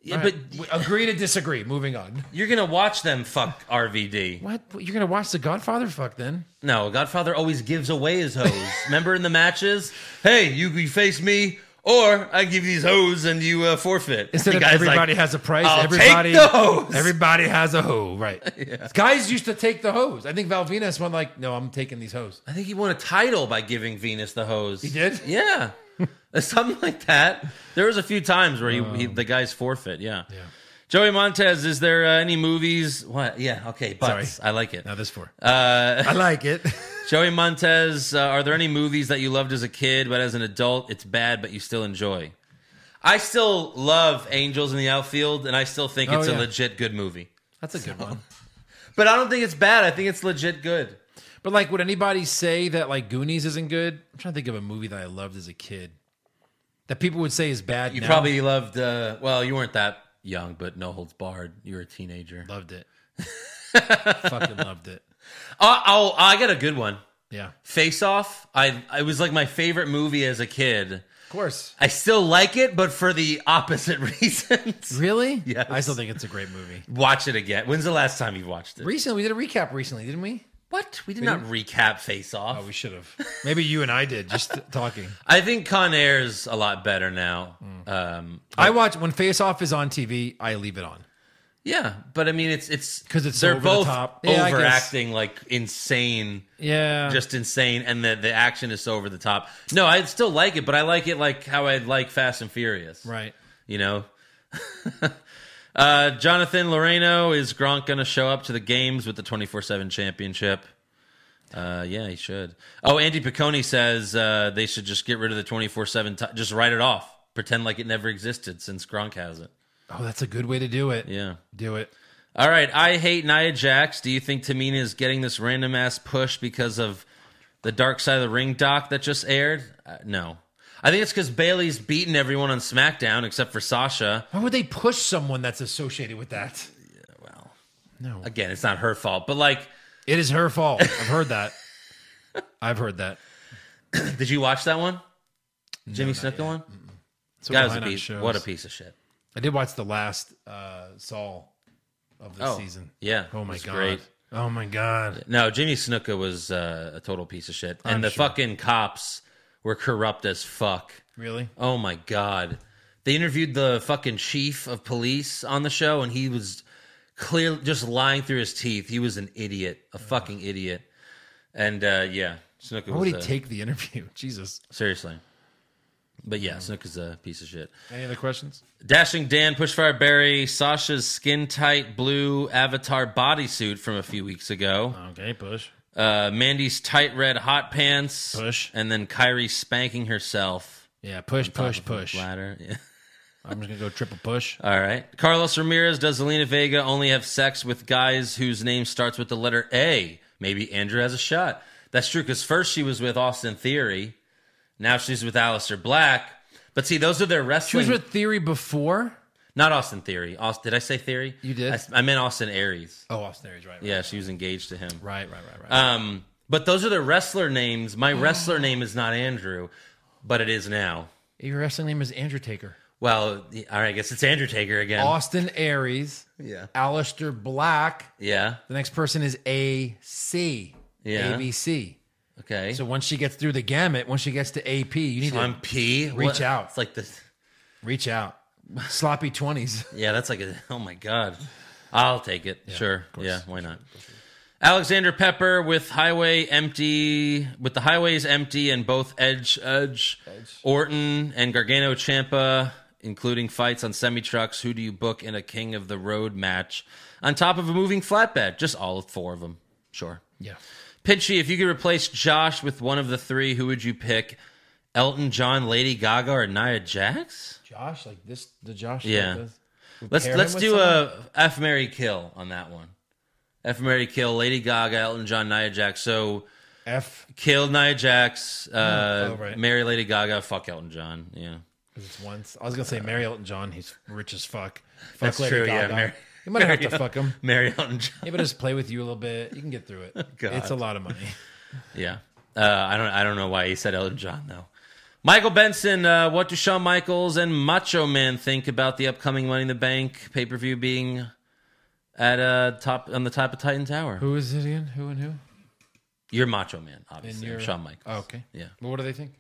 Yeah, All but right, we agree to disagree. Moving on. you're gonna watch them fuck RVD. What you're gonna watch the Godfather? Fuck then. No, Godfather always gives away his hoes. Remember in the matches? Hey, you, you face me, or I give you these hoes and you uh, forfeit. Instead The of guy's everybody like, has a price, "I'll take everybody the hoes." everybody has a hoe, right? Guys used to take the hose. I think Val Venus went like, "No, I'm taking these hoes." I think he won a title by giving Venus the hose. He did? Yeah. Something like that. There was a few times where he, he Um. the guy's forfeit. Yeah. Joey Montez, is there uh, any movies? What? Yeah. Okay. Butts. Sorry. I like it. Now this for Uh, I like it. Joey Montez, uh, are there any movies that you loved as a kid, but as an adult, it's bad, but you still enjoy? I still love Angels in the Outfield, and I still think Oh, it's yeah. a legit good movie. That's a good one. But I don't think it's bad. I think it's legit good. But like, would anybody say that like Goonies isn't good? I'm trying to think of a movie that I loved as a kid that people would say is bad. You now. probably loved. Uh, well, you weren't that young, but No Holds Barred. You were a teenager. loved it. Fucking loved it. Oh, oh, I got a good one. Yeah, of Face Off. I it was like my favorite movie as a kid. course. I still like it, but for the opposite reasons. Really? Yes. I still think it's a great movie. Watch it again. When's the last time you watched it? Recently, we did a recap. Recently, didn't we? what? We did not recap Face Off. Oh, we should have. Maybe you and I did. Just talking. I think Con Air's a lot better now. Mm. Um, I watch when Face Off is on TV. I leave it on. yeah, but I mean, it's it's 'Cause it's they're over the both top. Yeah, I guess. overacting like insane. Yeah, just just insane and the, the action is so over the top no i still like it but i like it like how i like fast and furious right. you know uh, jonathan loreno is gronk gonna show up to the games with the 24-7 championship uh, yeah he should oh andy piccone says uh, they should just get rid of the 24-7 ti- just write it off pretend like it never existed since gronk has it Oh, that's a good way to do it. yeah Do it. all right, I hate Nia Jax. Do you think Tamina is getting this random ass push because of the Dark Side of the Ring doc that just aired? Uh, no. I think it's because Bailey's beaten everyone on SmackDown except for Sasha. Why would they push someone that's associated with that? Again, it's not her fault, but like, It is her fault. I've heard that. I've heard that. did you watch that one? Jimmy Snuka one? That's That was a Ryan on piece. shows. What a piece of shit. I did watch the last uh, Saul of the Oh, season. yeah. Oh my It's god. great. Oh my god. No, Jimmy Snuka was uh, a total piece of shit. And I'm the sure. fucking cops were corrupt as fuck. Really? Oh my god. They interviewed the fucking chief of police on the show and he was clear just lying through his teeth. He was an idiot, a fucking idiot. And uh yeah, Snook Why was would he uh, take the interview? Jesus. seriously. But yeah, Snook is a piece of shit. Any other questions? Dashing Dan, Pushfire Barry, Sasha's skin tight blue avatar bodysuit from a few weeks ago, Okay, push. uh, Mandy's tight red hot pants, Push. and then Kyrie spanking herself. Yeah, push, push, push. I'm Ladder. Yeah. just gonna go triple push. All right. Carlos Ramirez, does Zelina Vega only have sex with guys whose name starts with the letter A? Maybe Andrew has a shot. That's true because first she was with Austin Theory. Now she's with Aleister Black. But see, those are their She wrestling. was with Theory before. Not Austin Theory. Aus- did I say Theory? You did. I, s- I meant Austin Aries. Oh, Austin Aries, right? right. Yeah, she was engaged to him. Right, right, right, right. Um, but those are their wrestler names. Oh. My wrestler name is not Andrew, but it is now. Your wrestling name is Andrew Taker. Well, y- all right, I guess it's Andrew Taker again. Austin Aries. Yeah. Alistair Black. Yeah. The next person is AC. Yeah. ABC. Okay. So once she gets through the gamut, once she gets to AP, you need I'm to P. Reach What- out. It's like this. reach out. Sloppy 20s. Yeah, that's like a. Oh my god. I'll take it. sure. Yeah. Why not? Alexander Pepper with highway empty, with the highways empty and both edge, edge, Orton and Gargano Champa including fights on semi trucks. Who do you book in a King of the Road match on top of a moving flatbed? Just all four of them. Sure. Yeah. Pinchy, if you could replace Josh with one of the three, who would you pick? Elton John, Lady Gaga, or Nia Jax? Josh, like this, the Josh. Yeah. like this- we Let's pair him let's with do someone? a F Mary Kill on that one. F Mary Kill, Lady Gaga, Elton John, Nia Jax. So F kill Nia Jax, uh, Oh, right. marry Lady Gaga, fuck Elton John. Yeah. 'cause it's once. I was gonna say Mary Elton John. He's rich as fuck. Fuck That's Lady true, yeah, Gaga. Mary- you might have Mary to fuck him. Marry Elton John. Yeah, but just play with you a little bit. You can get through it. God. It's a lot of money. Yeah. Uh, I don't I don't know why he said Elton John though. Michael Benson, uh, what do Shawn Michaels and Macho Man think about the upcoming Money in the Bank pay per view being at uh, top on the top of Titan Tower? Who is it again? Who and who? You're Macho Man, obviously. you're- I'm Shawn Michaels. Oh, okay. Yeah. Well, what do they think?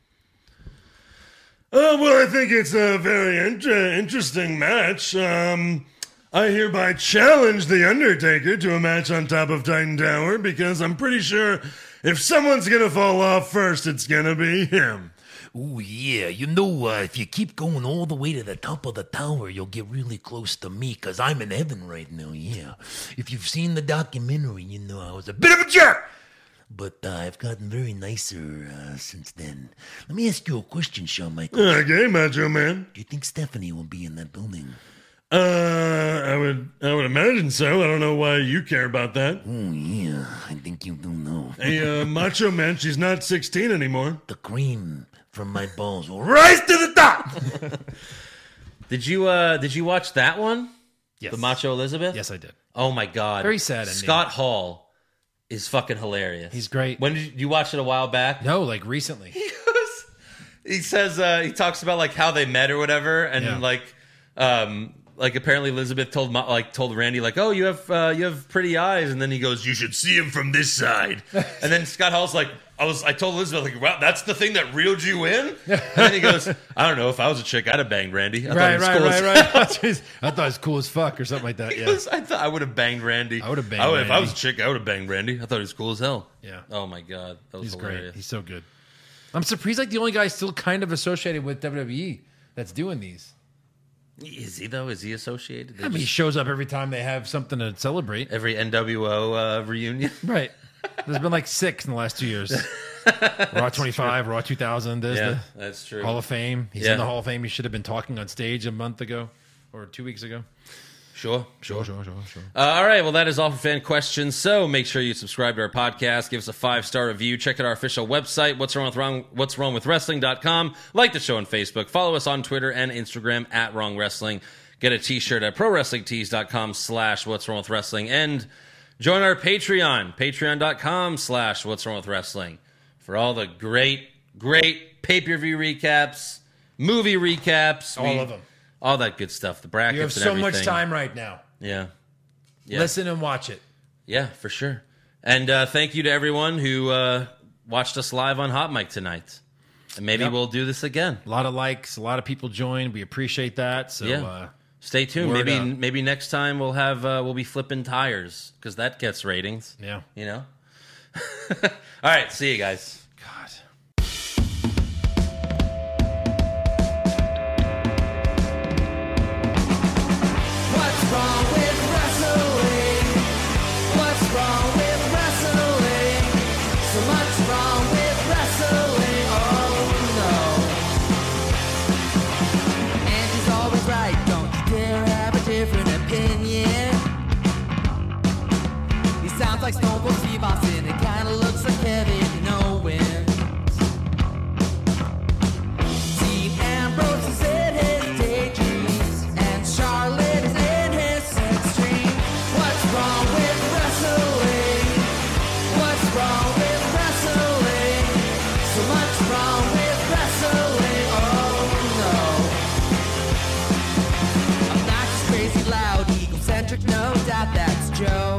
Uh, well, I think it's a very in- uh, interesting match. Um, I hereby challenge The Undertaker to a match on top of Titan Tower because I'm pretty sure if someone's going to fall off first, it's going to be him. Oh, yeah. You know, uh, if you keep going all the way to the top of the tower, you'll get really close to me because I'm in heaven right now, yeah. If you've seen the documentary, you know I was a bit of a jerk. But uh, I've gotten very nicer uh, since then. Let me ask you a question, Shawn Michaels. Okay, Macho Man. Do you think Stephanie will be in that building? Uh, I would, I would imagine so. I don't know why you care about that. Oh yeah, I think you don't know. Hey, uh, Macho Man, she's not 16 anymore. The cream from my balls will rise to the top. Did you uh did you watch that one? Yes. The Macho Elizabeth? Yes, I did. Oh my god. Very sad ending. Scott Hall is fucking hilarious. He's great. When did you, you watch it a while back? No, like recently. He says uh he talks about like how they met or whatever and Yeah. like um like apparently Elizabeth told Ma- like told Randy like oh you have uh, you have pretty eyes and then he goes you should see him from this side and then Scott Hall's like I was I told Elizabeth like wow that's the thing that reeled you in and then he goes I don't know if I was a chick I'd have banged Randy I thought he right, was right, cool as right, right. Jeez. I thought it was cool as fuck or something like that. Yeah. I thought I would have banged Randy. I would have banged If I Randy. was a chick, I would have banged Randy. I thought he was cool as hell. Yeah. Oh my god, that was He's great. hilarious. He's so good. I'm surprised like the only guy still kind of associated with WWE that's doing these. Is he though? Is he associated? They I mean, he just- shows up every time they have something to celebrate. every NWO uh, reunion. Right. There's been like six in the last two years. Raw 25, Raw 2000. This, Yeah, the that's true. Hall of Fame. He's Yeah. in the Hall of Fame. He should have been talking on stage a month ago or two weeks ago. Sure, sure, sure, sure, sure. Uh, all right, well, that is all for fan questions. So make sure you subscribe to our podcast, give us a five star review, check out our official website, what's wrong with wrong, what's wrong with wrestling.com. Like the show on Facebook, follow us on Twitter and Instagram at wrong wrestling. Get a t shirt at pro wrestling com slash what's wrong with wrestling and join our Patreon, patreon.com slash what's wrong with wrestling for all the great, great pay per view recaps, movie recaps, All of them. all that good stuff, the brackets, You have and so much everything. time right now. Yeah. Yeah. Listen and watch it. Yeah, for sure. And uh, thank you to everyone who uh, watched us live on Hot Mic tonight. And maybe Yep. we'll do this again. A lot of likes, a lot of people joined. We appreciate that. So, yeah. uh, Stay tuned. word Maybe up. maybe next time we'll have uh, we'll be flipping tires because that gets ratings. Yeah. You know. All right. See you guys. What's wrong with wrestling? What's wrong with wrestling? So much wrong with wrestling. Oh no. And she's always right. Don't you dare have a different opinion. He sounds like Stone Cold Steve Austin. It kinda looks like Kevin Owens. Dean Ambrose is in his daydreams, and Charlotte is in his sex dream. What's wrong with wrestling? What's wrong with wrestling? So much wrong with wrestling. Oh no. I'm not just crazy loud, egocentric, no doubt that's Joe.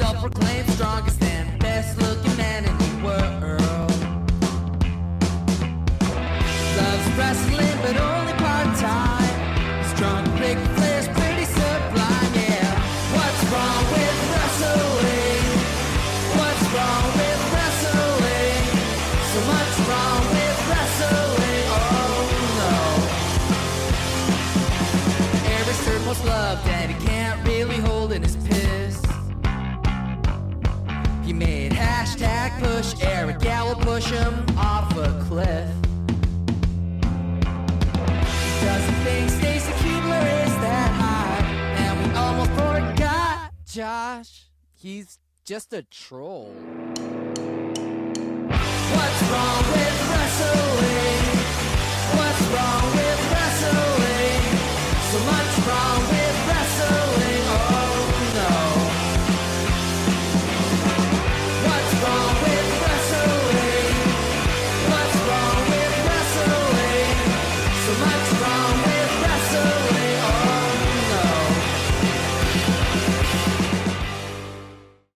Self-proclaimed strongest and best-looking man in the world. Loves wrestling, but only part time. Strong big players, pretty sublime, yeah. What's wrong with wrestling? What's wrong with wrestling? So much wrong with wrestling, oh You made hashtag push Eric Gallo push him off a cliff. He doesn't think Stacy Kubler is that hot, and we almost forgot Josh. He's just a troll. What's wrong with wrestling? What's wrong with Oh,